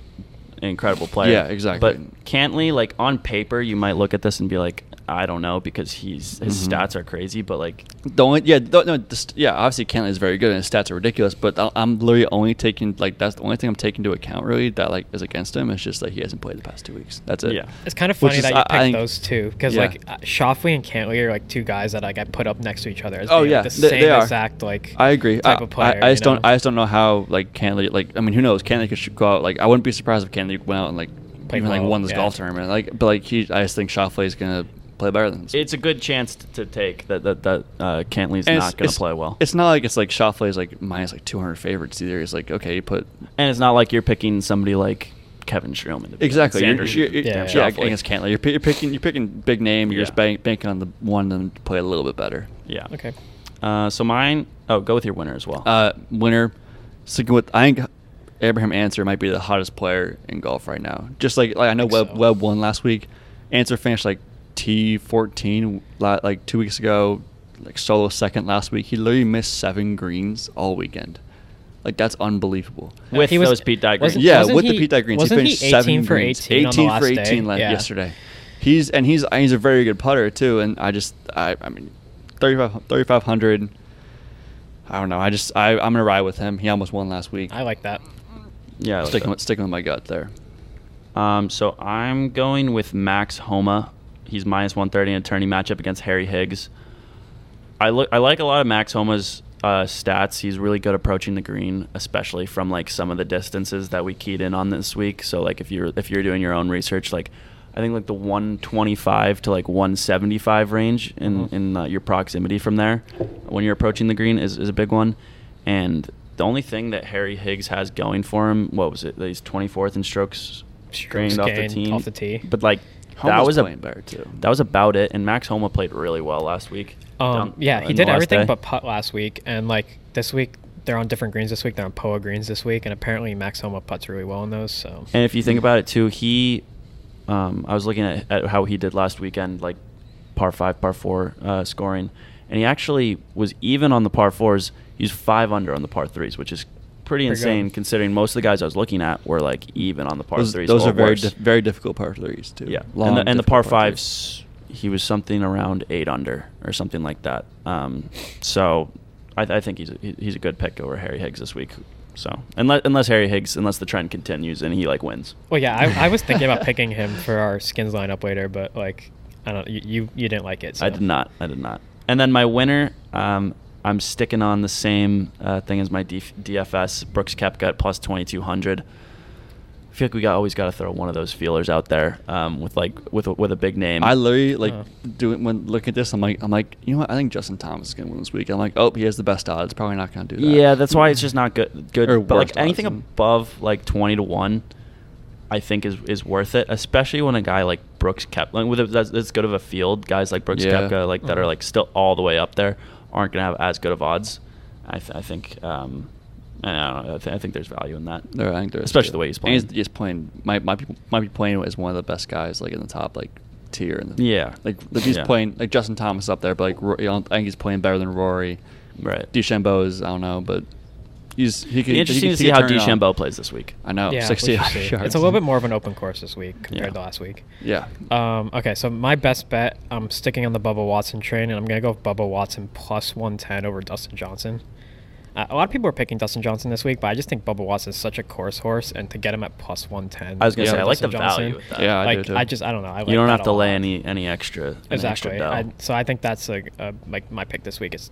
Speaker 1: an incredible player.
Speaker 2: Yeah, exactly.
Speaker 1: But Cantley, like on paper, you might look at this and be like, I don't know, because he's his
Speaker 2: Mhm.
Speaker 1: stats are crazy. But like,
Speaker 2: The only yeah th- no the st- yeah obviously Cantley is very good and his stats are ridiculous but I- I'm literally only taking like that's the only thing I'm taking into account really that like is against him it's just like he hasn't played the past two weeks that's it
Speaker 1: Yeah.
Speaker 3: It's kind of
Speaker 2: Which
Speaker 3: funny
Speaker 2: is-
Speaker 3: that you
Speaker 2: I-
Speaker 3: picked
Speaker 2: I think-
Speaker 3: those two because
Speaker 2: yeah.
Speaker 3: like uh, like Shoffley and Cantley are like two guys that like I put up next to each other. As
Speaker 2: Oh,
Speaker 3: being,
Speaker 2: yeah,
Speaker 3: like, the
Speaker 2: they-
Speaker 3: same
Speaker 2: they are.
Speaker 3: exact like
Speaker 2: I agree
Speaker 3: type
Speaker 2: I,
Speaker 3: of player.
Speaker 2: I, I just
Speaker 3: you know?
Speaker 2: don't I just don't know how like Cantley like I mean who knows Cantley could sh- go out like I wouldn't be surprised if Cantley went out and like
Speaker 3: Played
Speaker 2: even like
Speaker 3: well,
Speaker 2: won this
Speaker 3: yeah.
Speaker 2: golf tournament like but like he I just think Shoffley is gonna play better than this.
Speaker 1: it's a good chance t- to take that that that uh, Cantley's
Speaker 2: And
Speaker 1: not going to play well.
Speaker 2: It's not like it's like Shoffley is like minus like 200 favorites either. It's like okay, you put
Speaker 1: and it's not like you're picking somebody like Kevin Streelman. to be
Speaker 2: Exactly. You're,
Speaker 1: Xander,
Speaker 2: you're, you're,
Speaker 1: damn
Speaker 2: yeah,
Speaker 3: yeah.
Speaker 1: Schauffele.
Speaker 2: against Cantley. You're, pi- you're picking. You're picking big name. You're
Speaker 1: Yeah.
Speaker 2: just bank, banking on the one of them to play a little bit better.
Speaker 1: Yeah.
Speaker 3: Okay.
Speaker 1: Uh, so mine. Oh, go with your winner as well.
Speaker 2: Uh, winner, sticking with I think Abraham Answer might be the hottest player in golf right now. Just like like I know
Speaker 3: Think
Speaker 2: Webb
Speaker 3: so.
Speaker 2: Webb won last week. Answer finished like T fourteen like two weeks ago, like solo second last week. He literally missed seven greens all weekend. Like that's unbelievable.
Speaker 1: With
Speaker 3: He was-
Speaker 1: those Pete Dye
Speaker 3: wasn't-
Speaker 1: greens.
Speaker 2: Yeah,
Speaker 3: wasn't
Speaker 2: with
Speaker 3: he-
Speaker 2: the Pete Dye greens,
Speaker 3: wasn't
Speaker 2: he
Speaker 3: he
Speaker 2: finished seven
Speaker 3: 18 for
Speaker 2: greens,
Speaker 3: 18 on the last
Speaker 2: for
Speaker 3: day?
Speaker 2: eighteen left
Speaker 3: Yeah.
Speaker 2: yesterday. He's and he's he's a very good putter too. And I just I I mean, 35 3,500. I don't know. I just I I'm gonna ride with him. He almost won last week.
Speaker 3: I like that.
Speaker 1: Yeah. I like
Speaker 2: sticking
Speaker 1: that.
Speaker 2: with, sticking with my gut there.
Speaker 1: Um, so I'm going with Max Homa. He's minus 130 in a tourney matchup against Harry Higgs. I look. I like a lot of Max Homa's uh, stats. He's really good approaching the green, especially from like some of the distances that we keyed in on this week. So like if you're if you're doing your own research, like I think like the 125 to like 175 range in
Speaker 3: Mhm.
Speaker 1: in uh, your proximity from there, when you're approaching the green is is a big one, and. The only thing that Harry Higgs has going for him, what was it? that He's 24th in strokes
Speaker 3: Strokes
Speaker 1: drained off the
Speaker 3: gained
Speaker 1: team.
Speaker 3: off the tee.
Speaker 1: But like that
Speaker 2: Homa's
Speaker 1: was a,
Speaker 2: playing better, too.
Speaker 1: That was about it. And Max Homa played really well last week.
Speaker 3: Um,
Speaker 1: Down-
Speaker 3: yeah,
Speaker 1: in
Speaker 3: he
Speaker 1: the
Speaker 3: did
Speaker 1: last
Speaker 3: everything
Speaker 1: day.
Speaker 3: but putt last week, and like this week they're on different greens. This week they're on Poa greens this week, and apparently Max Homa puts really well in those. So
Speaker 1: And if you think about it too, he, um, I was looking at, at how he did last weekend, like par five, par four uh, scoring, and he actually was even on the par fours. He's five under on the par threes, which is pretty,
Speaker 3: Pretty good.
Speaker 1: insane considering most of the guys I was looking at were like even on the par
Speaker 2: Those,
Speaker 1: threes.
Speaker 2: those
Speaker 1: or
Speaker 2: are very
Speaker 1: worse.
Speaker 2: dif- very difficult par threes too.
Speaker 1: Yeah,
Speaker 2: Long,
Speaker 1: and the, and the
Speaker 2: difficult
Speaker 1: par
Speaker 2: threes.
Speaker 1: fives, he was something around eight under or something like that. Um, so I, I think he's a, he- he's a good pick over Harry Higgs this week. So unless unless Harry Higgs, unless the trend continues and he like wins,
Speaker 3: well, yeah, I, I was thinking about picking him for our skins lineup later, but like I don't you you, you didn't like it. So.
Speaker 1: I did not, I did not. And then my winner, um, I'm sticking on the same uh, thing as my DF- DFS Brooks Kepka at plus 2200. I feel like we got always got to throw one of those feelers out there um, with like with a- with a big name.
Speaker 2: I literally like
Speaker 3: Huh.
Speaker 2: doing when looking at this. I'm like, I'm like, you know what? I think Justin Thomas is gonna win this week. I'm like, oh, he has the best odds. Probably not gonna do that.
Speaker 1: Yeah, that's why it's just not good. Good,
Speaker 2: Or
Speaker 1: but like
Speaker 2: worst odds,
Speaker 1: anything
Speaker 2: mm.
Speaker 1: above like twenty to one, I think is is worth it. Especially when a guy like Brooks Kepka, like with a, that's, that's good of a field, guys like Brooks
Speaker 2: Yeah.
Speaker 1: Koepka, like that are
Speaker 3: Mhm.
Speaker 1: like still all the way up there, aren't gonna have as good of odds. I, th- I think. Um, I don't know. I, th- I think there's value in that.
Speaker 2: There, I think there is,
Speaker 1: Especially
Speaker 2: too.
Speaker 1: the way he's
Speaker 2: And
Speaker 1: playing.
Speaker 2: he's, he's playing might might be, might be playing as one of the best guys like in the top like tier. In the,
Speaker 1: Yeah.
Speaker 2: like like, he's
Speaker 1: Yeah.
Speaker 2: playing like Justin Thomas up there, but like Ro- you know, I think he's playing better than Rory.
Speaker 1: Right.
Speaker 2: DeChambeau is I don't know, but he's he
Speaker 1: Be
Speaker 2: could he
Speaker 1: interesting
Speaker 2: could-
Speaker 1: to
Speaker 2: he
Speaker 1: see
Speaker 2: could
Speaker 1: how
Speaker 2: turn it on.
Speaker 1: DeChambeau plays this week.
Speaker 2: I know
Speaker 3: yeah, we
Speaker 2: sixty
Speaker 3: should see.
Speaker 2: yards.
Speaker 3: It's a little bit more of an open course this week compared
Speaker 1: Yeah.
Speaker 3: to last week.
Speaker 2: Yeah.
Speaker 3: Um, okay, so my best bet, I'm sticking on the Bubba Watson train, and I'm gonna go with Bubba Watson plus 110 over Dustin Johnson. Uh, a lot of people are picking Dustin Johnson this week, but I just think Bubba Watson is such a course horse, and to get him at plus 110.
Speaker 1: I was gonna
Speaker 2: Yeah.
Speaker 1: say I like the
Speaker 3: Dustin Johnson,
Speaker 1: value with that.
Speaker 2: Yeah, I
Speaker 3: like,
Speaker 2: do too.
Speaker 3: I just I don't know. I like
Speaker 1: you don't
Speaker 3: that
Speaker 1: have to
Speaker 3: a lot.
Speaker 1: lay any any extra any extra
Speaker 3: exactly.
Speaker 1: dough.
Speaker 3: I, so I think that's a, a like my pick this week is,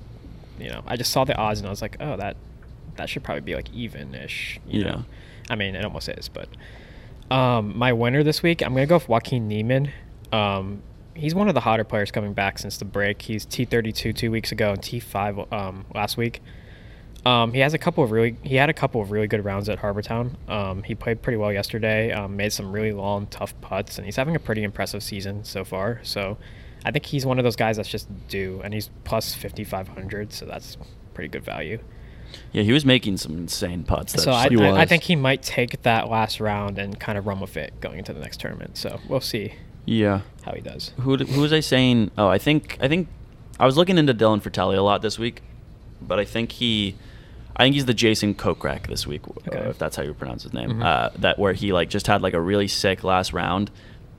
Speaker 3: you know, I just saw the odds and I was like, oh, that that should probably be like even-ish. You
Speaker 1: Yeah.
Speaker 3: know, I mean, it almost is. But um, my winner this week, I'm gonna go with Joaquin Neiman. Um, he's one of the hotter players coming back since the break. He's T32 two weeks ago and T5 um, last week. Um, he has a couple of really he had a couple of really good rounds at Harbortown. Um, he played pretty well yesterday. Um, made some really long, tough putts, and he's having a pretty impressive season so far. So, I think he's one of those guys that's just due, and he's plus fifty five hundred, so that's pretty good value.
Speaker 1: yeah, he was making some insane putts. that
Speaker 3: so I,
Speaker 1: just-
Speaker 2: He
Speaker 3: I, I
Speaker 2: was.
Speaker 3: think he might take that last round and kind of run with it going into the next tournament. So we'll see
Speaker 1: yeah.
Speaker 3: how he does.
Speaker 1: Who d- who was I saying? Oh, I think I think I was looking into Dylan Fratelli a lot this week, but I think he, I think he's the Jason Kokrak this week,
Speaker 3: Okay.
Speaker 1: uh, if that's how you pronounce his name.
Speaker 3: Mhm.
Speaker 1: Uh, that where he like just had like a really sick last round,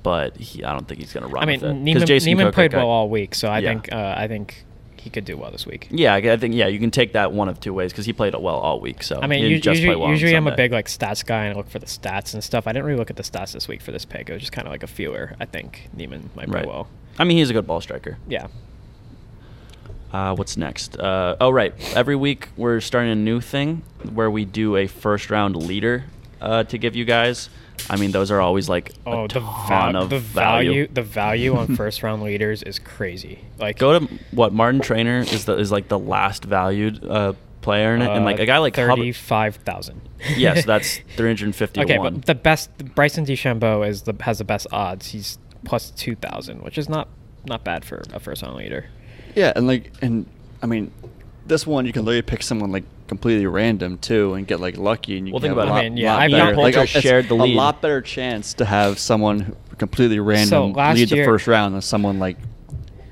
Speaker 1: but he, I don't think he's gonna run.
Speaker 3: I mean,
Speaker 1: with it. 'Cause
Speaker 3: Neiman,
Speaker 1: Jason
Speaker 3: Neiman
Speaker 1: Kokrak
Speaker 3: played
Speaker 1: got-
Speaker 3: well all week, so I
Speaker 1: Yeah.
Speaker 3: think uh, I think he could do well this week.
Speaker 1: Yeah, I I think yeah, you can take that one of two ways because he played it well all week. So
Speaker 3: I mean,
Speaker 1: he didn't
Speaker 3: u-
Speaker 1: just play
Speaker 3: usually,
Speaker 1: well on
Speaker 3: usually I'm a
Speaker 1: Sunday.
Speaker 3: big like stats guy and I look for the stats and stuff. I didn't really look at the stats this week for this pick. It was just kind of like a feeler. I think Neiman might
Speaker 1: right.
Speaker 3: be well.
Speaker 1: I mean, he's a good ball striker.
Speaker 3: Yeah.
Speaker 1: Uh, what's next? Uh, oh, right. Every week we're starting a new thing where we do a first round leader uh, to give you guys. I mean, those are always like
Speaker 3: Oh,
Speaker 1: a
Speaker 3: the,
Speaker 1: ton
Speaker 3: val-
Speaker 1: of
Speaker 3: the
Speaker 1: value.
Speaker 3: value, the value on first round leaders is crazy. Like
Speaker 1: Go to what Martin Trainer is the is like the last valued uh, player in it, and like a guy like Hubbard-
Speaker 3: thirty five thousand.
Speaker 1: Yeah, so that's 350 to
Speaker 3: Okay,
Speaker 1: one.
Speaker 3: but the best Bryson DeChambeau is the has the best odds. He's plus two thousand, which is not not bad for a first round leader.
Speaker 2: Yeah, and like, and I mean, this one you can literally pick someone like completely random too, and get like lucky, and you
Speaker 1: Well,
Speaker 2: can
Speaker 1: think
Speaker 2: have
Speaker 1: about it.
Speaker 2: a lot,
Speaker 1: I mean,
Speaker 3: yeah,
Speaker 2: lot
Speaker 3: I've
Speaker 2: better.
Speaker 3: got Poulter
Speaker 2: it's
Speaker 1: shared the lead.
Speaker 2: A lot better chance to have someone who completely random
Speaker 3: last
Speaker 2: lead
Speaker 3: year-
Speaker 2: the first round than someone like,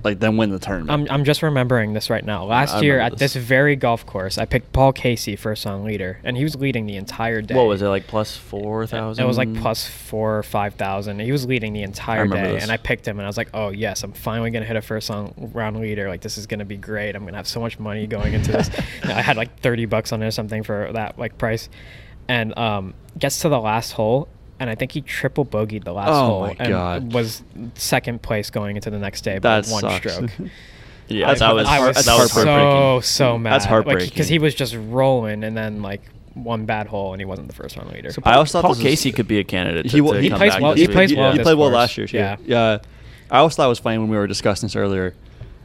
Speaker 2: like then win the
Speaker 3: I'm,
Speaker 2: tournament.
Speaker 3: I'm just remembering this right now. Last
Speaker 1: I
Speaker 3: year
Speaker 1: remember
Speaker 3: at
Speaker 1: this.
Speaker 3: this very golf course, I picked Paul Casey first on leader, and he was leading the entire day.
Speaker 1: what was it like plus four thousand?
Speaker 3: It was like plus four or five thousand. He was leading the entire
Speaker 1: remember
Speaker 3: day,
Speaker 1: this.
Speaker 3: and I picked him, and I was like, "Oh yes, I'm finally gonna hit a first on round leader. Like this is gonna be great. I'm gonna have so much money going into this." No, I had like thirty bucks on it or something for that like price, and um, gets to the last hole, and I think he triple bogeyed the last
Speaker 2: Oh
Speaker 3: hole
Speaker 2: my
Speaker 3: and
Speaker 2: God.
Speaker 3: was second place going into the next day by
Speaker 2: that
Speaker 3: one
Speaker 2: sucks.
Speaker 3: stroke.
Speaker 1: Yeah, that
Speaker 2: I-
Speaker 1: was
Speaker 3: I was
Speaker 1: that was
Speaker 3: so
Speaker 1: heartbreaking.
Speaker 3: so mad.
Speaker 2: That's heartbreaking.
Speaker 3: because he was just rolling, and then like one bad hole, and he wasn't the first round leader.
Speaker 2: I also thought
Speaker 1: Paul
Speaker 2: this was-
Speaker 1: Casey could be a candidate. To,
Speaker 2: He, wa-
Speaker 1: to
Speaker 2: he
Speaker 1: come
Speaker 2: plays
Speaker 1: back
Speaker 2: well.
Speaker 1: this
Speaker 2: He
Speaker 1: week.
Speaker 2: plays
Speaker 3: week.
Speaker 2: well.
Speaker 3: Yeah.
Speaker 2: He played well
Speaker 3: Course.
Speaker 2: last year. Too.
Speaker 3: Yeah.
Speaker 2: yeah. I always thought it was funny when we were discussing this earlier.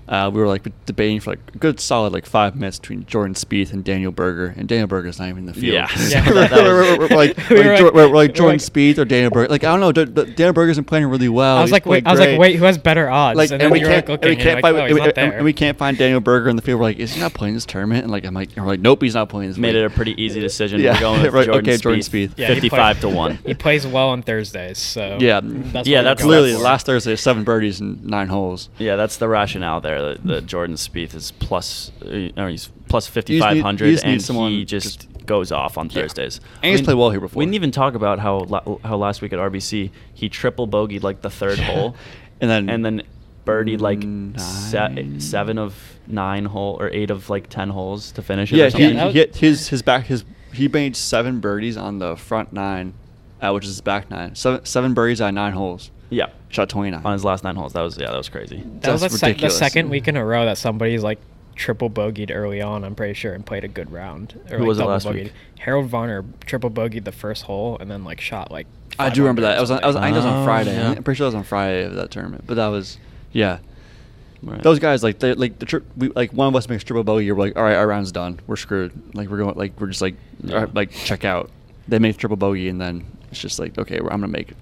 Speaker 2: Uh, we were like debating for like a good solid like five minutes between Jordan Spieth and Daniel Berger, and Daniel Berger's not even in the field.
Speaker 1: Yeah.
Speaker 3: Yeah.
Speaker 2: we're, we're- we're- we're like,
Speaker 3: We were
Speaker 2: like,
Speaker 3: like-
Speaker 2: Jor- we're- we're
Speaker 3: we're
Speaker 2: like Jordan
Speaker 3: like-
Speaker 2: Spieth or Daniel Berger. Like I don't know, D- D- Daniel Berger's been playing really well.
Speaker 3: I was
Speaker 2: He's
Speaker 3: like,
Speaker 2: played
Speaker 3: wait, I was like,
Speaker 2: great.
Speaker 3: wait, who has better odds?
Speaker 2: Like, and, we
Speaker 3: you were,
Speaker 2: can't, and we
Speaker 3: looking,
Speaker 2: can't
Speaker 3: you're
Speaker 2: find,
Speaker 3: like, oh,
Speaker 2: and,
Speaker 3: he's not
Speaker 2: and-
Speaker 3: there.
Speaker 2: and we can't find Daniel Berger in the field. We're like, is he not playing this tournament? And like, I'm like, and we're like, nope, he's not playing this.
Speaker 1: made
Speaker 2: week.
Speaker 1: it a pretty easy decision.
Speaker 2: Yeah,
Speaker 1: We're going with
Speaker 2: right,
Speaker 1: Jordan
Speaker 2: okay, Jordan
Speaker 1: Spieth,
Speaker 2: Spieth.
Speaker 3: Yeah, he
Speaker 1: fifty-five
Speaker 3: played-
Speaker 1: to one.
Speaker 3: He plays well on Thursdays, so
Speaker 1: Yeah,
Speaker 2: Yeah,
Speaker 3: Mm. what we're
Speaker 1: that's
Speaker 3: going
Speaker 2: literally
Speaker 1: for.
Speaker 2: last Thursday, seven birdies and nine holes.
Speaker 1: Yeah, that's the rationale there. That, that Jordan Spieth is plus, uh, or he's plus
Speaker 2: need-
Speaker 1: fifty five
Speaker 2: you
Speaker 1: hundred,
Speaker 2: just need
Speaker 1: and he
Speaker 2: someone
Speaker 1: just goes off on
Speaker 2: Yeah.
Speaker 1: Thursdays.
Speaker 2: And he's played well here before.
Speaker 1: We didn't even talk about how la- how last week at RBC he triple bogeyed like the third hole,
Speaker 2: And then-
Speaker 1: and then birdied like se-
Speaker 2: Nine.
Speaker 1: seven of nine hole or eight of like ten holes to finish it.
Speaker 2: Yeah,
Speaker 1: or
Speaker 2: he,
Speaker 1: something.
Speaker 3: Yeah, that was-
Speaker 2: he hit his his back his he made seven birdies on the front nine, uh, which is his back nine. Seven seven birdies on nine holes.
Speaker 1: yeah,
Speaker 2: Shot twenty nine
Speaker 1: on his last nine holes. That was yeah, that was crazy.
Speaker 3: That was
Speaker 2: That's
Speaker 3: the sec- the
Speaker 2: ridiculous.
Speaker 3: second week in a row that somebody's like triple bogeyed early on, I'm pretty sure, and played a good round. Or
Speaker 1: Who was it
Speaker 3: double
Speaker 1: last week?
Speaker 3: Harold Varner triple bogeyed the first hole and then like shot like.
Speaker 2: I
Speaker 3: five
Speaker 2: do remember
Speaker 3: under or
Speaker 2: that. I was, on, I was I think that was on
Speaker 1: Oh,
Speaker 2: Friday.
Speaker 1: yeah.
Speaker 2: I'm pretty sure that was on Friday of that tournament. But that was, yeah.
Speaker 1: Right.
Speaker 2: Those guys like they like the trip. We like one of us makes triple bogey. You're like, all right, our round's done. We're screwed. Like we're going. Like we're just like
Speaker 1: Yeah.
Speaker 2: all right, like check out. They make triple bogey and then it's just like okay, well, I'm gonna make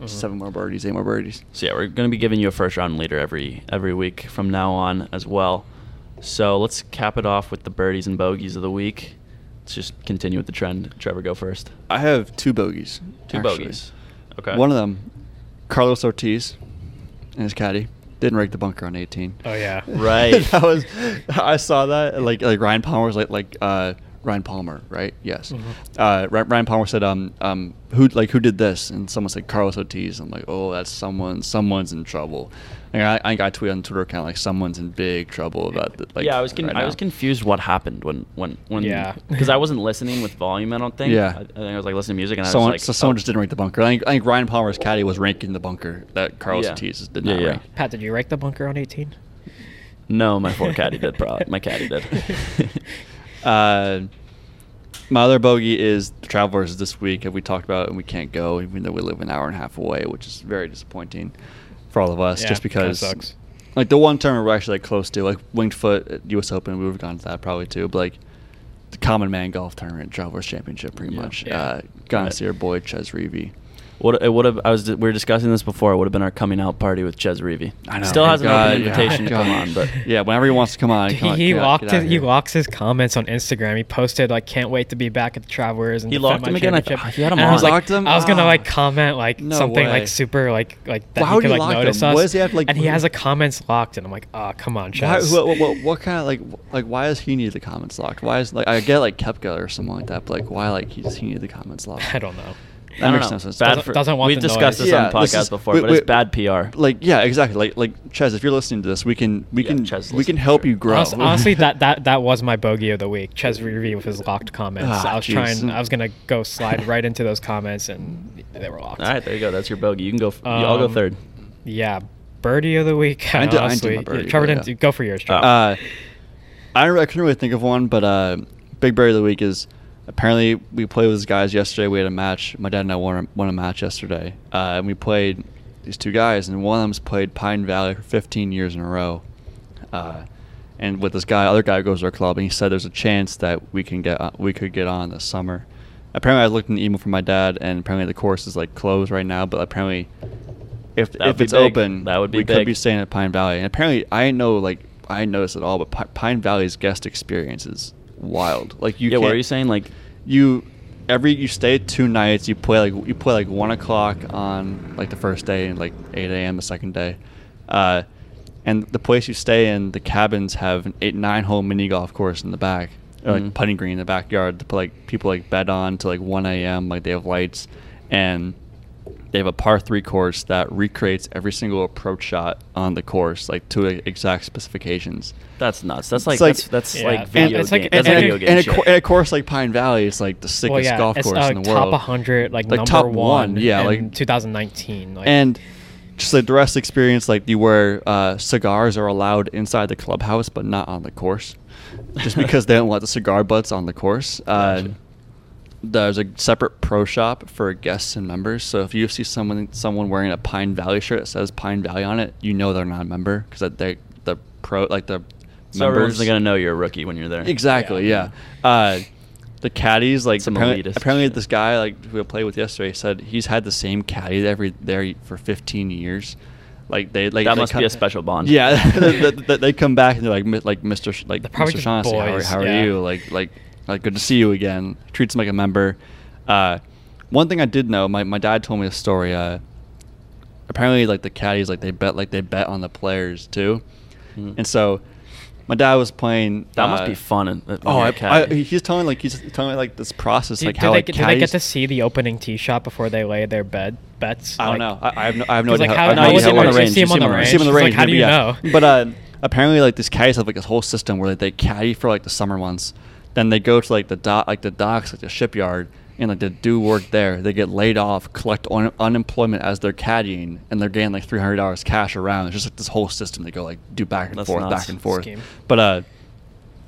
Speaker 3: Mhm.
Speaker 2: seven more birdies, eight more birdies.
Speaker 1: Mm-hmm. So yeah, we're going to be giving you a first round leader every every week from now on as well. So let's cap it off with the birdies and bogeys of the week. Let's just continue with the trend. Trevor, go first.
Speaker 2: I have two bogeys.
Speaker 1: Two
Speaker 2: actually.
Speaker 1: bogeys. Okay.
Speaker 2: One of them, Carlos Ortiz, and his caddy didn't rake the bunker on 18.
Speaker 3: Oh, yeah.
Speaker 1: Right.
Speaker 2: that was. I saw that. and, Like like Ryan Palmer was like like uh, Ryan Palmer, right? Yes.
Speaker 3: Mhm.
Speaker 2: Uh, Ry- Ryan Palmer said, um, um, who like who did this? And someone said Carlos Ortiz. I'm like, oh, that's someone. Someone's in trouble. And I, I got tweet on Twitter account like someone's in big trouble about the, like.
Speaker 1: yeah, I was con-
Speaker 2: right
Speaker 1: I
Speaker 2: now."
Speaker 1: was confused what happened when when when
Speaker 3: Yeah.
Speaker 1: because I wasn't listening with volume. I don't think.
Speaker 2: Yeah.
Speaker 1: I, I think I was like listening to music and I
Speaker 2: Someone,
Speaker 1: was like,
Speaker 2: so someone
Speaker 1: oh.
Speaker 2: just didn't rank the bunker. I think, I think Ryan Palmer's caddy was ranking the bunker that Carlos
Speaker 1: Yeah.
Speaker 2: Ortiz did
Speaker 1: Yeah,
Speaker 2: not
Speaker 1: yeah.
Speaker 2: rank.
Speaker 3: Pat, did you rank the bunker on 18?
Speaker 1: No, my four caddy did. Probably my caddy did.
Speaker 2: Uh, my other bogey is the Travelers this week, and we talked about, it and we can't go, even though we live an hour and a half away, which is very disappointing for all of us.
Speaker 3: Yeah,
Speaker 2: just
Speaker 3: kinda
Speaker 2: because,
Speaker 3: sucks.
Speaker 2: like the one tournament we're actually like close to, like Winged Foot at U.S. Open, we would have gone to that probably too. But like the Common Man Golf Tournament, Travelers Championship, pretty
Speaker 1: Yeah.
Speaker 2: much.
Speaker 3: Yeah.
Speaker 2: Uh, gone to see your boy Ches Reavy.
Speaker 1: What it would have I was we were discussing this before. It would have been our coming out party with Ches Reavy. Still
Speaker 2: Thank
Speaker 1: has an
Speaker 2: God,
Speaker 1: open
Speaker 2: yeah.
Speaker 1: invitation to come
Speaker 2: God.
Speaker 1: on, but
Speaker 2: yeah, whenever he wants to come on,
Speaker 3: Dude,
Speaker 2: come on,
Speaker 3: he
Speaker 2: get out-
Speaker 3: locked
Speaker 2: get out
Speaker 3: his, he
Speaker 2: here.
Speaker 3: locks his comments on Instagram. He posted like, "Can't wait to be back at the Travelers." And
Speaker 1: He
Speaker 3: defend
Speaker 1: locked
Speaker 3: my
Speaker 1: him again? I
Speaker 3: championship."
Speaker 1: thought- he had him
Speaker 3: And I was
Speaker 1: on.
Speaker 3: like,
Speaker 2: Locked him?
Speaker 3: I was gonna
Speaker 2: Ah.
Speaker 3: like comment like
Speaker 2: No
Speaker 3: something
Speaker 2: way.
Speaker 3: like super like like that
Speaker 2: Why
Speaker 3: he
Speaker 2: would
Speaker 3: could
Speaker 2: he
Speaker 3: like
Speaker 2: lock
Speaker 3: notice
Speaker 2: him?
Speaker 3: us.
Speaker 2: Why does he have, like,
Speaker 3: and he
Speaker 2: blue-
Speaker 3: has the comments locked, and I'm like, oh come on,
Speaker 2: Why,
Speaker 3: Chaz.
Speaker 2: what, what, what, what kind of like wh- like why does he need the comments locked? Why is like I get like Kepka or someone like that, but like why like he's, he need the comments locked?
Speaker 3: I don't know.
Speaker 2: That
Speaker 1: I don't
Speaker 2: makes
Speaker 1: know.
Speaker 2: no sense.
Speaker 1: Bad
Speaker 2: Doesn't-
Speaker 1: for,
Speaker 3: doesn't want
Speaker 1: we've
Speaker 3: the
Speaker 1: discussed
Speaker 3: noise.
Speaker 1: this on the
Speaker 2: Yeah, this
Speaker 1: podcast
Speaker 2: is-
Speaker 1: before,
Speaker 2: wait,
Speaker 1: but it's
Speaker 2: wait.
Speaker 1: bad PR.
Speaker 2: Like yeah, exactly. Like like Ches, if you're listening to this, we can we
Speaker 1: Yeah,
Speaker 2: can
Speaker 1: Ches
Speaker 2: we can
Speaker 1: listens,
Speaker 2: help
Speaker 1: sure.
Speaker 2: you grow.
Speaker 3: Honest- honestly, that, that that was my bogey of the week. Ches review with his locked comments.
Speaker 2: Ah,
Speaker 3: I was
Speaker 2: jeez.
Speaker 3: trying. I was gonna go slide right into those comments, and they were locked.
Speaker 1: All right, there you go. That's your bogey. You can go. F- I'll go
Speaker 3: Um,
Speaker 1: third.
Speaker 3: Yeah, birdie of the week.
Speaker 2: I did- I
Speaker 3: honestly.
Speaker 2: did my birdie,
Speaker 3: Yeah, Trevor
Speaker 2: but
Speaker 3: didn't
Speaker 2: yeah.
Speaker 3: do- go for yours.
Speaker 1: Oh.
Speaker 3: Trevor.
Speaker 2: Uh, I don't- I couldn't really think of one, but uh, Big Berry of the Week is apparently we played with these guys yesterday. We had a match. My dad and I won a, won a match yesterday, uh, and we played these two guys, and one of them's played Pine Valley for 15 years in a row. Uh, and with this guy, other guy goes to our club, and he said there's a chance that we can get on, we could get on this summer. Apparently, I looked in the email from my dad, and apparently the course is like closed right now. But apparently, if
Speaker 1: That would
Speaker 2: if
Speaker 1: be
Speaker 2: it's
Speaker 1: big.
Speaker 2: open,
Speaker 1: That would be
Speaker 2: we
Speaker 1: big.
Speaker 2: could be staying at Pine Valley. And apparently, I didn't know like I didn't know this at all, but Pi- Pine Valley's guest experience is wild. Like you,
Speaker 1: yeah, what
Speaker 2: can't-
Speaker 1: are you saying? Like,
Speaker 2: you every you stay two nights. You play like you play like one o'clock on like the first day and like eight a.m. the second day, uh, and the place you stay in, the cabins have an eight nine hole mini golf course in the back, or,
Speaker 1: Mhm.
Speaker 2: like putting green in the backyard. To put, like people like bed on to like one a.m. Like they have lights, and they have a par three course that recreates every single approach shot on the course like to exact specifications.
Speaker 1: that's nuts. That's like,
Speaker 2: It's like-
Speaker 1: that's, that's
Speaker 3: Yeah,
Speaker 1: like
Speaker 3: and-
Speaker 1: video
Speaker 3: it's
Speaker 1: game.
Speaker 3: like-
Speaker 1: that's
Speaker 3: and-
Speaker 1: video
Speaker 3: and-
Speaker 1: game
Speaker 2: and a,
Speaker 1: shit.
Speaker 2: co- and a course like Pine Valley is like the sickest
Speaker 3: well, yeah,
Speaker 2: golf
Speaker 3: it's,
Speaker 2: course
Speaker 3: uh,
Speaker 2: in the
Speaker 3: top
Speaker 2: world.
Speaker 3: 100, like, number
Speaker 2: top
Speaker 3: one,
Speaker 2: Yeah,
Speaker 3: in
Speaker 2: like
Speaker 3: 2019. Like,
Speaker 2: and just the direct experience like you where uh, cigars are allowed inside the clubhouse but not on the course, just because they don't want the cigar butts on the course. Uh,
Speaker 1: Gotcha.
Speaker 2: There's a separate pro shop for guests and members. So if you see someone someone wearing a Pine Valley shirt that says Pine Valley on it, you know they're not a member because they the pro like the
Speaker 1: so everyone's gonna know you're a rookie when you're there.
Speaker 2: Exactly.
Speaker 3: Yeah.
Speaker 2: Yeah. Uh, the caddies, like
Speaker 1: Some
Speaker 2: apparently,
Speaker 1: elitist
Speaker 2: apparently
Speaker 1: shit.
Speaker 2: this guy, like who I played with yesterday, said he's had the same caddy every there for 15 years. Like they like
Speaker 1: That
Speaker 2: they
Speaker 1: must be a special bond.
Speaker 2: Yeah, they, they- they come back and they're like "Mi- like Mr. Sh- like
Speaker 3: They're probably
Speaker 2: Mr.
Speaker 3: just
Speaker 2: Shaughnessy, how are,
Speaker 3: boys,
Speaker 2: how are
Speaker 3: yeah.
Speaker 2: you? Like like like good to see you again. Treats him like a member. Uh, one thing I did know, my, my dad told me a story. Uh, apparently, like the caddies, like they bet like they bet on the players too,
Speaker 1: Mm.
Speaker 2: and so. My dad was playing.
Speaker 1: That must
Speaker 2: uh,
Speaker 1: be fun. And,
Speaker 2: Oh, I, I,
Speaker 1: caddy.
Speaker 2: he's telling like he's telling me like this process,
Speaker 3: do,
Speaker 2: like
Speaker 3: do
Speaker 2: how
Speaker 3: they,
Speaker 2: like
Speaker 3: get- do they get
Speaker 2: caddies-
Speaker 3: to see the opening tee shot before they lay their bed bets?
Speaker 2: I don't know.
Speaker 3: Like-
Speaker 2: I, I have no. I have no
Speaker 3: 'Cause,
Speaker 2: idea.
Speaker 3: like,
Speaker 2: how, I
Speaker 3: how-
Speaker 2: have no
Speaker 1: how
Speaker 2: idea
Speaker 1: is it when you see
Speaker 2: You
Speaker 1: him on the
Speaker 2: You see him on the
Speaker 3: range?
Speaker 2: range. maybe,
Speaker 3: It's like, how do you
Speaker 2: yeah.
Speaker 3: know?
Speaker 2: But uh, apparently, like these caddies have like this whole system where like, they caddy for like the summer months, then they go to like the dock, like the docks, like the shipyard, and like to do work there, they get laid off, collect un- unemployment as they're caddying, and they're getting like three hundred dollars cash around. It's just like this whole system they go like do back and
Speaker 1: That's
Speaker 2: forth,
Speaker 1: nuts.
Speaker 2: back and forth.
Speaker 3: Scheme.
Speaker 2: But uh,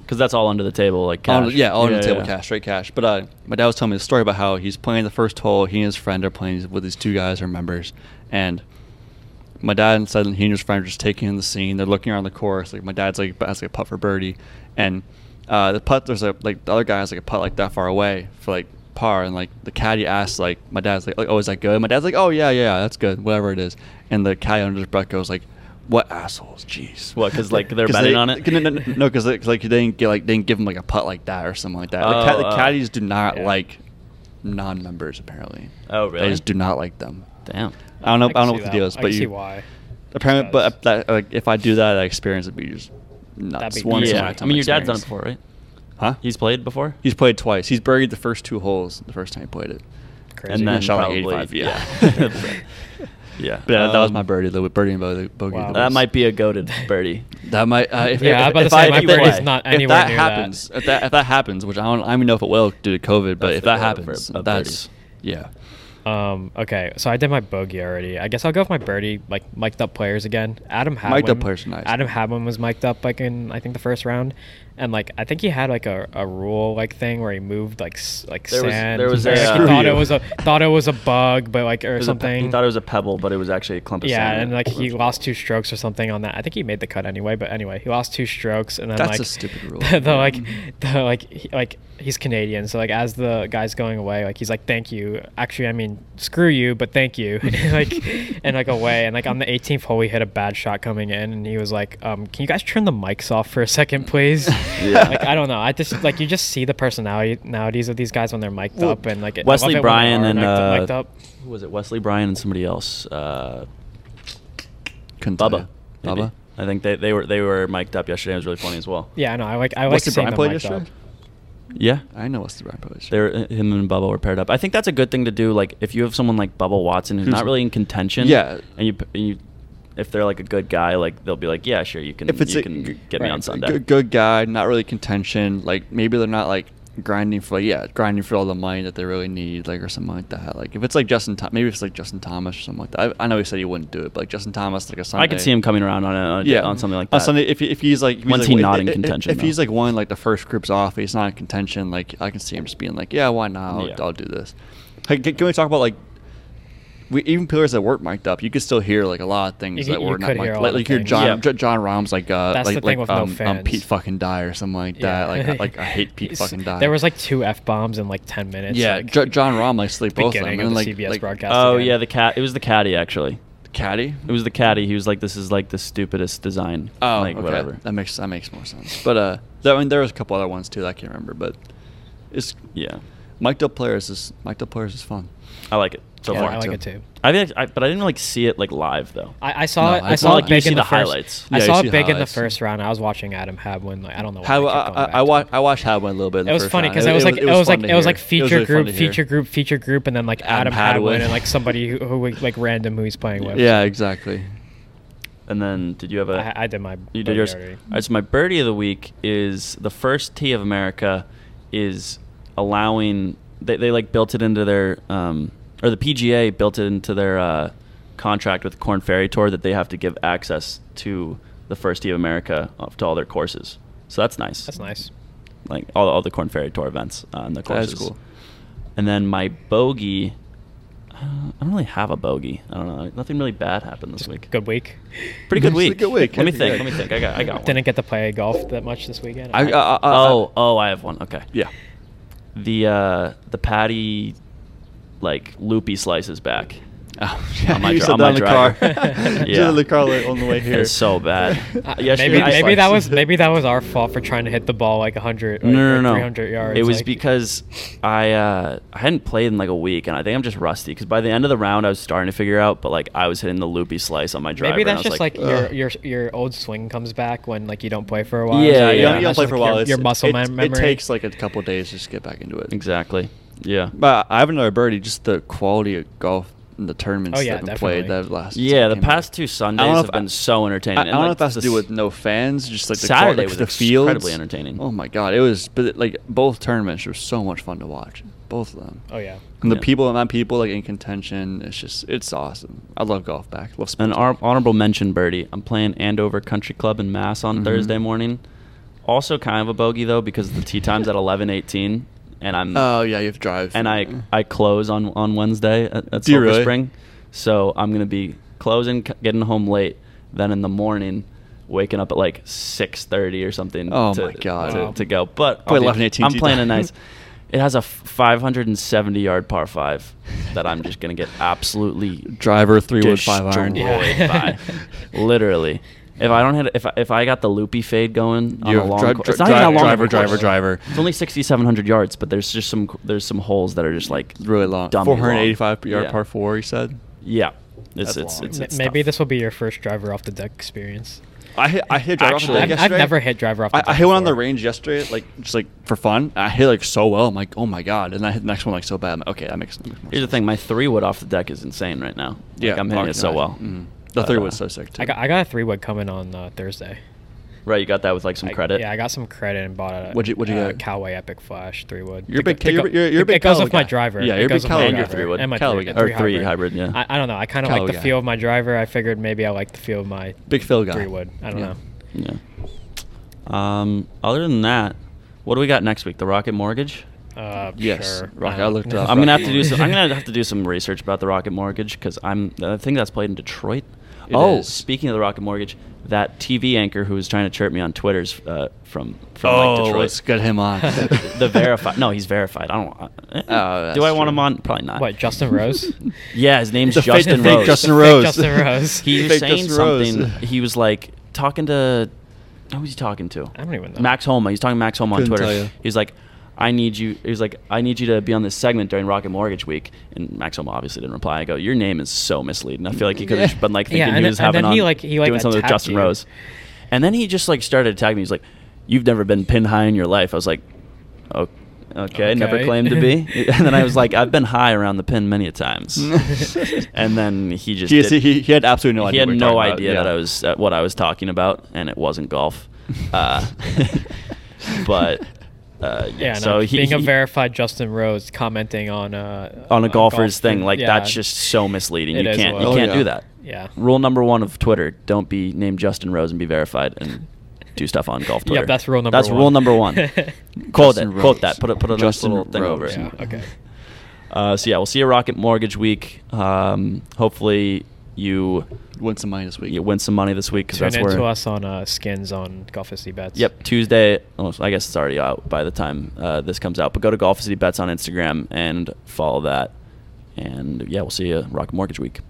Speaker 1: because that's all under the table, like
Speaker 2: on-
Speaker 1: cash.
Speaker 2: yeah, all on the table
Speaker 1: yeah.
Speaker 2: cash, straight cash. But uh, my dad was telling me the story about how he's playing the first hole. He and his friend are playing with these two guys, are members, and my dad and suddenly he and his friend are just taking in the scene. They're looking around the course. Like my dad's like that's like a putt for birdie, and uh, the putt there's a like the other guy has like a putt like that far away for like par, and like the caddy asks like my dad's like oh is that good? My dad's like oh yeah yeah that's good whatever it is, and the caddy under his breath goes like. What assholes, jeez!
Speaker 1: What, 'cause, like, they're
Speaker 2: they-
Speaker 1: betting on it?
Speaker 2: No, no, no, no, because like they didn't get like they didn't give him like a putt like that or something like that. the,
Speaker 1: Oh,
Speaker 2: ca- the
Speaker 1: oh.
Speaker 2: caddies do not
Speaker 3: Yeah.
Speaker 2: like non-members apparently.
Speaker 1: Oh, really?
Speaker 2: They just do not like them.
Speaker 1: Damn.
Speaker 2: I don't know. I,
Speaker 3: can
Speaker 2: don't know
Speaker 3: see
Speaker 2: what the
Speaker 3: that.
Speaker 2: deal is,
Speaker 3: I
Speaker 2: but
Speaker 3: can
Speaker 2: you
Speaker 3: see why.
Speaker 2: apparently,
Speaker 3: That's-
Speaker 2: but that, like if I do that, that experience would be just nuts.
Speaker 3: That'd be
Speaker 2: Once in a
Speaker 1: yeah, I
Speaker 2: lifetime
Speaker 1: mean, your dad's done it
Speaker 2: experience.
Speaker 1: before, right?
Speaker 2: Huh?
Speaker 1: He's played before.
Speaker 2: he's played twice. He's buried the first two holes the first time he played it,
Speaker 3: Crazy.
Speaker 2: and then
Speaker 1: then
Speaker 2: shot like
Speaker 1: probably-
Speaker 2: eighty-five. Yeah,
Speaker 1: yeah. Yeah.
Speaker 2: But yeah, that was
Speaker 1: Um,
Speaker 2: my birdie. The birdie and bogey. bogey
Speaker 3: Wow.
Speaker 2: that
Speaker 1: That
Speaker 2: was-
Speaker 1: might be a goaded birdie.
Speaker 2: That might. Uh, if,
Speaker 3: Yeah,
Speaker 2: if,
Speaker 3: I'm about to
Speaker 2: if
Speaker 3: say,
Speaker 2: I,
Speaker 1: my
Speaker 2: if, that-
Speaker 1: birdie's
Speaker 2: if-
Speaker 3: not
Speaker 2: if
Speaker 3: anywhere
Speaker 2: that
Speaker 3: near that.
Speaker 2: happens, if that if that happens, which I don't, I don't even know if it will due to COVID, but
Speaker 1: That's
Speaker 2: if
Speaker 1: the goal
Speaker 2: that
Speaker 1: of a-
Speaker 2: happens,
Speaker 1: a birdie.
Speaker 2: that's yeah.
Speaker 3: Um. Okay. So I did my bogey already. I guess I'll go with my birdie. Like mic'd up players again. Adam Hadwin.
Speaker 2: Mic'd up players are nice.
Speaker 3: Adam Hadwin was mic'd up like in I think the first round, and like I think he had like a, a rule like thing where he moved like s- like
Speaker 1: There was-
Speaker 3: sand.
Speaker 1: there was a-
Speaker 3: or, like,
Speaker 1: Yeah.
Speaker 3: he
Speaker 2: Screw
Speaker 3: thought it
Speaker 2: you.
Speaker 3: was a thought it was a bug, but like or
Speaker 1: It was a pe-
Speaker 3: something.
Speaker 1: he thought it was a pebble, but it was actually a clump of sand.
Speaker 3: yeah, and like he lost two strokes or something on that. I think he made the cut anyway, but anyway, he lost two strokes, and then
Speaker 2: That's
Speaker 3: like
Speaker 2: a stupid rule.
Speaker 3: The, the, like the like he, like he's Canadian, so like as the guy's going away, like he's like thank you. Actually, I mean screw you, but thank you. like and like away, and like on the 18th hole, he hit a bad shot coming in, and he was like, um, can you guys turn the mics off for a second, please?
Speaker 1: Yeah.
Speaker 3: Like I don't know. I just like you just see the personality nowadays of these guys when they're mic'd
Speaker 1: Well,
Speaker 3: up, and like I love
Speaker 1: Wesley
Speaker 3: it when they
Speaker 1: Bryan
Speaker 3: are
Speaker 1: and
Speaker 3: mic'd up-
Speaker 1: uh,
Speaker 3: mic'd up.
Speaker 1: who was it? Wesley Bryan and somebody else. Uh,
Speaker 2: Couldn't tell
Speaker 1: Bubba.
Speaker 2: you.
Speaker 1: maybe.
Speaker 2: Bubba.
Speaker 1: I think they, they were they were mic'd up yesterday. It was really funny as well.
Speaker 3: Yeah, no, I like I like
Speaker 2: What's the
Speaker 3: seeing
Speaker 2: Brian
Speaker 3: them
Speaker 2: played
Speaker 3: mic'd
Speaker 2: yesterday?
Speaker 3: up.
Speaker 1: Yeah.
Speaker 2: I know what's the Brian played yesterday.
Speaker 1: They were, him and Bubba were paired up. I think that's a good thing to do. Like if you have someone like Bubba Watson who's,
Speaker 2: Who's-
Speaker 1: not really in contention,
Speaker 2: Yeah.
Speaker 1: and you, p- and you if they're like a good guy, like they'll be like, yeah, sure, you can
Speaker 2: if it's
Speaker 1: you
Speaker 2: a,
Speaker 1: can
Speaker 2: g-
Speaker 1: get me
Speaker 2: right,
Speaker 1: on
Speaker 2: a
Speaker 1: Sunday.
Speaker 2: Good, good guy, not really contention. Like maybe they're not like grinding for like yeah, grinding for all the money that they really need, like or something like that. Like if it's like Justin, Tho- maybe if it's like Justin Thomas or something like that. I, I know he said he wouldn't do it, but like Justin Thomas, like a Sunday.
Speaker 1: I could see him coming around on a, on, a-
Speaker 2: Yeah,
Speaker 1: on something like that.
Speaker 2: on Sunday, if, he- if he's like, if he's,
Speaker 1: When's
Speaker 2: like,
Speaker 1: he
Speaker 2: if-
Speaker 1: not in
Speaker 2: if-
Speaker 1: contention,
Speaker 2: If,
Speaker 1: though?
Speaker 2: he's like one like the first group's off, he's not in contention. Like I can see him just being like, yeah, why not? I'll,
Speaker 1: Yeah.
Speaker 2: I'll do this. Hey, can, can we talk about like? We, even players that weren't mic'd up, you could still hear like a lot of things
Speaker 3: You-
Speaker 2: that
Speaker 3: you
Speaker 2: were not
Speaker 3: could hear
Speaker 2: mic'd.
Speaker 3: all
Speaker 2: Like,
Speaker 3: the
Speaker 2: like you hear
Speaker 3: things.
Speaker 2: John
Speaker 1: Yeah.
Speaker 2: J- John Rahm's like uh
Speaker 3: That's
Speaker 2: like
Speaker 3: the
Speaker 2: like
Speaker 3: thing with no
Speaker 2: um, um
Speaker 3: fans.
Speaker 2: Pete fucking die or something like that. Like I, like I hate Pete
Speaker 3: It's-
Speaker 2: fucking die.
Speaker 3: There was like two f bombs in like ten minutes.
Speaker 2: yeah,
Speaker 3: like,
Speaker 2: J- John Rahm like sleep both of them
Speaker 3: beginning
Speaker 2: and
Speaker 3: of the
Speaker 2: like
Speaker 3: CBS
Speaker 2: like, uh,
Speaker 3: broadcast.
Speaker 1: oh
Speaker 3: again.
Speaker 1: yeah, the cat. It was the caddy actually.
Speaker 2: caddy.
Speaker 1: It was the caddy. He was like, this is like the stupidest design.
Speaker 2: Oh,
Speaker 1: like
Speaker 2: okay.
Speaker 1: whatever.
Speaker 2: That makes that makes more sense. But uh, that, I mean, there was a couple other ones too that I can't remember. But it's
Speaker 1: yeah,
Speaker 2: mic'd up players is mic'd up players is fun.
Speaker 1: I like it so
Speaker 3: Yeah,
Speaker 1: far.
Speaker 3: I like it too.
Speaker 1: I think, I, but I didn't like see it like live though.
Speaker 3: I, I saw
Speaker 2: No,
Speaker 3: it.
Speaker 2: I
Speaker 3: I
Speaker 2: saw
Speaker 3: saw
Speaker 2: it.
Speaker 3: it
Speaker 2: You
Speaker 3: big
Speaker 1: see
Speaker 3: in the
Speaker 1: the
Speaker 3: first.
Speaker 1: highlights.
Speaker 3: I
Speaker 2: Yeah, you
Speaker 3: saw
Speaker 2: see
Speaker 3: it big in the
Speaker 2: highlights.
Speaker 3: first round. I was watching Adam Hadwin. Like Oh, I don't know. Why
Speaker 2: How
Speaker 3: I,
Speaker 2: I,
Speaker 3: kept going
Speaker 2: I,
Speaker 3: back
Speaker 2: I,
Speaker 3: to
Speaker 2: wa-
Speaker 3: him.
Speaker 2: I watched Hadwin a little bit. in the
Speaker 3: It was
Speaker 2: first
Speaker 3: funny
Speaker 2: round.
Speaker 3: because it was like it
Speaker 2: fun
Speaker 3: was like
Speaker 2: to
Speaker 3: it
Speaker 2: hear.
Speaker 3: was like
Speaker 2: It was
Speaker 3: feature
Speaker 2: really fun
Speaker 3: group,
Speaker 2: to hear.
Speaker 3: feature group, feature group, and then like Adam,
Speaker 2: Adam
Speaker 3: Hadwin
Speaker 2: Hadwin.
Speaker 3: and like somebody who, who like random who he's playing with.
Speaker 2: Yeah, exactly.
Speaker 1: And then did you have a?
Speaker 3: I, I did my. E.
Speaker 1: You
Speaker 3: bogey
Speaker 1: did yours.
Speaker 3: already.
Speaker 1: All right, so my birdie of the week is the first tee of America is allowing they, they like built it into their um, or the PGA built it into their uh, contract with Corn Ferry Tour that they have to give access to the first tee of America off to all their courses. So that's nice.
Speaker 3: That's nice.
Speaker 1: Like all, all the Corn Ferry Tour events uh, and the
Speaker 2: That is
Speaker 1: courses.
Speaker 2: cool.
Speaker 1: And then my bogey. I don't- I don't really have a bogey. I don't know. Nothing really bad happened this week.
Speaker 3: Good week.
Speaker 1: Pretty good
Speaker 2: It's a
Speaker 1: week.
Speaker 2: good week.
Speaker 1: Let me
Speaker 2: It's
Speaker 1: think.
Speaker 2: good.
Speaker 1: Let me think. I got. I got one.
Speaker 3: Didn't get to play golf that much this weekend.
Speaker 2: I- I-
Speaker 1: oh, oh, I have one. Okay.
Speaker 2: Uh, Yeah.
Speaker 1: The uh, the patty, like loopy slices back.
Speaker 2: Oh,
Speaker 1: On my
Speaker 2: you
Speaker 1: dri-
Speaker 2: said
Speaker 1: on
Speaker 2: that
Speaker 1: my
Speaker 2: in the
Speaker 1: driver.
Speaker 2: car. You said
Speaker 1: Yeah.
Speaker 2: that in the car like, on the way here.
Speaker 1: It's so bad.
Speaker 3: Uh,
Speaker 1: Yesterday
Speaker 3: maybe
Speaker 1: I-
Speaker 3: maybe that was maybe that was our fault for trying to hit the ball like 100 or,
Speaker 1: No, no, no, no.
Speaker 3: 300 yards.
Speaker 1: It was
Speaker 3: like-
Speaker 1: because I uh, I hadn't played in like a week, and I think I'm just rusty. Because by the end of the round, I was starting to figure out, but like I was hitting the loopy slice on my driver.
Speaker 3: maybe
Speaker 1: and I
Speaker 3: that's
Speaker 1: was
Speaker 3: just like,
Speaker 2: "Ugh."
Speaker 3: your your your old swing comes back when like you don't play for a while.
Speaker 1: Yeah,
Speaker 2: Yeah, you
Speaker 1: yeah.
Speaker 2: don't, you don't
Speaker 1: That's
Speaker 2: play for a while.
Speaker 3: Your,
Speaker 2: It's-
Speaker 3: your muscle
Speaker 2: it,
Speaker 3: mem- memory.
Speaker 2: It takes like a couple days just to get back into it.
Speaker 1: exactly. Yeah.
Speaker 2: But I have another birdie. Just the quality of golf in the tournaments
Speaker 3: Oh, yeah,
Speaker 2: that have been played
Speaker 3: definitely.
Speaker 2: that last.
Speaker 1: Yeah, the
Speaker 2: came out.
Speaker 1: past two Sundays
Speaker 2: I don't know
Speaker 1: have
Speaker 2: if-
Speaker 1: been so entertaining.
Speaker 2: I, I
Speaker 1: And,
Speaker 2: don't know
Speaker 1: like,
Speaker 2: if that's to
Speaker 1: the
Speaker 2: do
Speaker 1: s-
Speaker 2: with no fans, just like the
Speaker 1: Saturday
Speaker 2: court, like,
Speaker 1: was
Speaker 2: the fields.
Speaker 1: incredibly entertaining.
Speaker 2: Oh my god, it was, but it, like both tournaments were so much fun to watch, both of them.
Speaker 3: Oh yeah.
Speaker 2: And the
Speaker 1: Yeah.
Speaker 2: people and not people like in contention, it's just it's awesome. I love golf back. Love
Speaker 1: An
Speaker 2: sports
Speaker 1: ar-
Speaker 2: back.
Speaker 1: honorable mention, Birdie. I'm playing Andover Country Club in Mass on
Speaker 2: Mhm.
Speaker 1: Thursday morning. Also, kind of a bogey though because the tee time's at 11:18, and I'm
Speaker 2: Oh yeah, you have to drive.
Speaker 1: and I I close on on Wednesday at, at
Speaker 2: Do you
Speaker 1: Silver
Speaker 2: really?
Speaker 1: Spring, so I'm gonna be closing, c- getting home late, then in the morning, waking up at like 6:30 or something.
Speaker 2: Oh
Speaker 1: to,
Speaker 2: my God.
Speaker 1: to,
Speaker 3: Wow.
Speaker 1: to go! But
Speaker 2: Play
Speaker 1: I'll be-
Speaker 2: 11-18
Speaker 1: I'm
Speaker 2: tee
Speaker 1: playing a
Speaker 2: time.
Speaker 1: nice. It has a f- 570 yard par five that I'm just gonna get absolutely
Speaker 2: driver three wood five iron.
Speaker 1: destroyed
Speaker 3: Yeah.
Speaker 1: by. Literally, if I don't hit, if I, if I got the loopy fade going on
Speaker 2: You
Speaker 1: a
Speaker 2: have
Speaker 1: long,
Speaker 2: dri-
Speaker 1: cour-
Speaker 2: dri-
Speaker 1: it's not even a
Speaker 2: dri-
Speaker 1: long of
Speaker 2: driver,
Speaker 1: a course.
Speaker 2: driver, driver.
Speaker 1: It's only sixty seven hundred yards, but there's just some there's some holes that are just like
Speaker 2: really long.
Speaker 1: dummy
Speaker 2: Four hundred eighty-five
Speaker 1: long.
Speaker 2: yard
Speaker 1: yeah.
Speaker 2: par four. You said.
Speaker 1: Yeah, it's
Speaker 2: That's
Speaker 1: it's,
Speaker 2: long.
Speaker 1: it's,
Speaker 3: M-
Speaker 1: it's
Speaker 3: maybe
Speaker 1: tough.
Speaker 3: this will be your first driver off the deck experience.
Speaker 2: I hit, I hit driver
Speaker 1: Actually-
Speaker 2: off the deck
Speaker 1: I've- I've
Speaker 2: yesterday.
Speaker 3: never hit driver off the
Speaker 2: I, I
Speaker 3: deck
Speaker 2: hit one on the
Speaker 3: before.
Speaker 2: range yesterday, like just like for fun. I hit like so well. I'm like, oh my god! And I hit the next one like so bad. I'm like, okay, that makes. That makes more
Speaker 1: Here's the
Speaker 2: sense.
Speaker 1: thing: my three wood off the deck is insane right now. like, I'm hitting
Speaker 2: oh,
Speaker 1: it so
Speaker 2: God.
Speaker 1: well.
Speaker 2: Mm. The
Speaker 1: But,
Speaker 2: three
Speaker 1: uh,
Speaker 2: was so sick too.
Speaker 3: I got I got a three wood coming on uh, Thursday.
Speaker 1: Right, you got that with like some
Speaker 3: I-
Speaker 1: credit.
Speaker 3: yeah, I got some credit and bought a
Speaker 2: What'd you- what'd you
Speaker 3: uh,
Speaker 2: get?
Speaker 3: Callaway Epic Flash three wood.
Speaker 2: You're a
Speaker 3: It go-
Speaker 2: big ca-
Speaker 3: it go-
Speaker 2: you're- you're- you're a
Speaker 3: it-
Speaker 2: big
Speaker 3: It goes with
Speaker 2: Callaway
Speaker 3: my
Speaker 2: guy.
Speaker 3: driver.
Speaker 2: Yeah,
Speaker 3: It
Speaker 2: you're a
Speaker 3: goes
Speaker 2: big
Speaker 3: with my
Speaker 1: Callaway guy.
Speaker 3: driver.
Speaker 1: Three wood.
Speaker 3: And my
Speaker 2: Callaway
Speaker 3: three,
Speaker 2: guy.
Speaker 1: Or
Speaker 3: three
Speaker 1: three hybrid,
Speaker 3: hybrid.
Speaker 1: yeah.
Speaker 3: I, I don't know. I kind of like
Speaker 2: Callaway
Speaker 3: the
Speaker 2: guy.
Speaker 3: feel of my driver. I figured maybe I like the feel of my
Speaker 2: Big Phil guy.
Speaker 3: three wood. I don't
Speaker 2: Yeah.
Speaker 3: know.
Speaker 1: yeah. Um, other than that, what do we got next week? The Rocket Mortgage.
Speaker 3: Uh,
Speaker 2: Yes,
Speaker 3: sure.
Speaker 2: Rocky,
Speaker 3: don't
Speaker 2: I looked
Speaker 3: know.
Speaker 2: up.
Speaker 1: I'm gonna have to
Speaker 2: Rocket
Speaker 1: do some. I'm
Speaker 2: Mortgage.
Speaker 1: gonna have to do some research about the Rocket Mortgage because I'm. I think that's played in Detroit.
Speaker 2: It
Speaker 1: oh,
Speaker 2: is.
Speaker 1: speaking of the Rocket Mortgage, that TV anchor who was trying to chirp me on Twitter's uh, from from like Detroit.
Speaker 2: Oh, let's get him on.
Speaker 1: the verified. No, he's verified. I don't. eh.
Speaker 2: Oh, that's
Speaker 1: do I want
Speaker 2: true.
Speaker 1: him on? Probably not.
Speaker 3: What Justin Rose?
Speaker 1: Yeah, his name's
Speaker 2: The fake-
Speaker 1: Justin
Speaker 2: the fake
Speaker 1: Rose.
Speaker 2: Justin
Speaker 3: The fake
Speaker 2: Rose.
Speaker 3: Justin Rose.
Speaker 1: He was
Speaker 2: Fake
Speaker 1: saying
Speaker 2: Justin Rose.
Speaker 1: something. He was like talking to. Who was he talking to?
Speaker 3: I don't even know.
Speaker 1: Max Homa. He's talking to Max Homa on
Speaker 2: Couldn't
Speaker 1: Twitter.
Speaker 2: tell ya.
Speaker 1: He was like, "I need you." He was like, "I need you to be on this segment during Rocket Mortgage Week." And Max Homa obviously didn't reply. I go, "Your name is so misleading. I feel like he could have
Speaker 2: Yeah.
Speaker 1: just been like
Speaker 3: Yeah,
Speaker 1: thinking
Speaker 3: and
Speaker 1: he
Speaker 3: then-
Speaker 1: was
Speaker 3: and
Speaker 1: having
Speaker 3: then
Speaker 1: on
Speaker 3: he, like- he, like,
Speaker 1: doing something with
Speaker 3: attacked
Speaker 1: Justin
Speaker 3: you.
Speaker 1: Rose." And then he just like started attacking me. He's like, "You've never been pin high in your life." I was like, "Oh." Okay, never
Speaker 3: Okay.
Speaker 1: claimed to be. And then I was like, I've been high around the pin many a times. and then he just
Speaker 2: he, is-
Speaker 1: did-
Speaker 2: he, he had absolutely no
Speaker 1: he
Speaker 2: idea.
Speaker 1: had
Speaker 2: what we were
Speaker 1: no
Speaker 2: talking about,
Speaker 1: idea
Speaker 2: yeah.
Speaker 1: that I was uh, what I was talking about, and it wasn't golf. Uh, but uh, yeah,
Speaker 3: Yeah, no,
Speaker 1: so he,
Speaker 3: being a
Speaker 1: he-
Speaker 3: verified Justin Rose commenting on a
Speaker 1: on a
Speaker 3: on
Speaker 1: golfer's
Speaker 3: golf
Speaker 1: thing
Speaker 3: thing,
Speaker 1: like
Speaker 3: yeah.
Speaker 1: that's just so misleading.
Speaker 3: It
Speaker 1: you
Speaker 3: is
Speaker 1: can't
Speaker 3: what-
Speaker 1: you
Speaker 2: Oh,
Speaker 1: can't
Speaker 2: yeah.
Speaker 1: do that.
Speaker 3: yeah
Speaker 1: Rule number one of Twitter: don't be named Justin Rose and be verified and do stuff on golf Twitter.
Speaker 3: Yep, that's rule number.
Speaker 1: That's
Speaker 3: one.
Speaker 1: rule number one. quote it.
Speaker 2: Justin
Speaker 1: Quote
Speaker 2: Rose.
Speaker 1: that. Put it. Put a nice
Speaker 2: Justin
Speaker 1: little thing
Speaker 2: Rose.
Speaker 1: over it.
Speaker 3: yeah. Okay.
Speaker 1: Uh, so yeah, we'll see you at Rocket Mortgage Week. Um, hopefully you
Speaker 2: Win some money this week.
Speaker 1: you win some money this week because
Speaker 3: Tune
Speaker 1: that's
Speaker 3: in
Speaker 1: where
Speaker 3: to us on uh, skins on Golf SC bets.
Speaker 1: Yep, Tuesday. Oh, I guess it's already out by the time uh, this comes out. But go to Golf City Bets on Instagram and follow that. And yeah, we'll see you Rock Mortgage Week.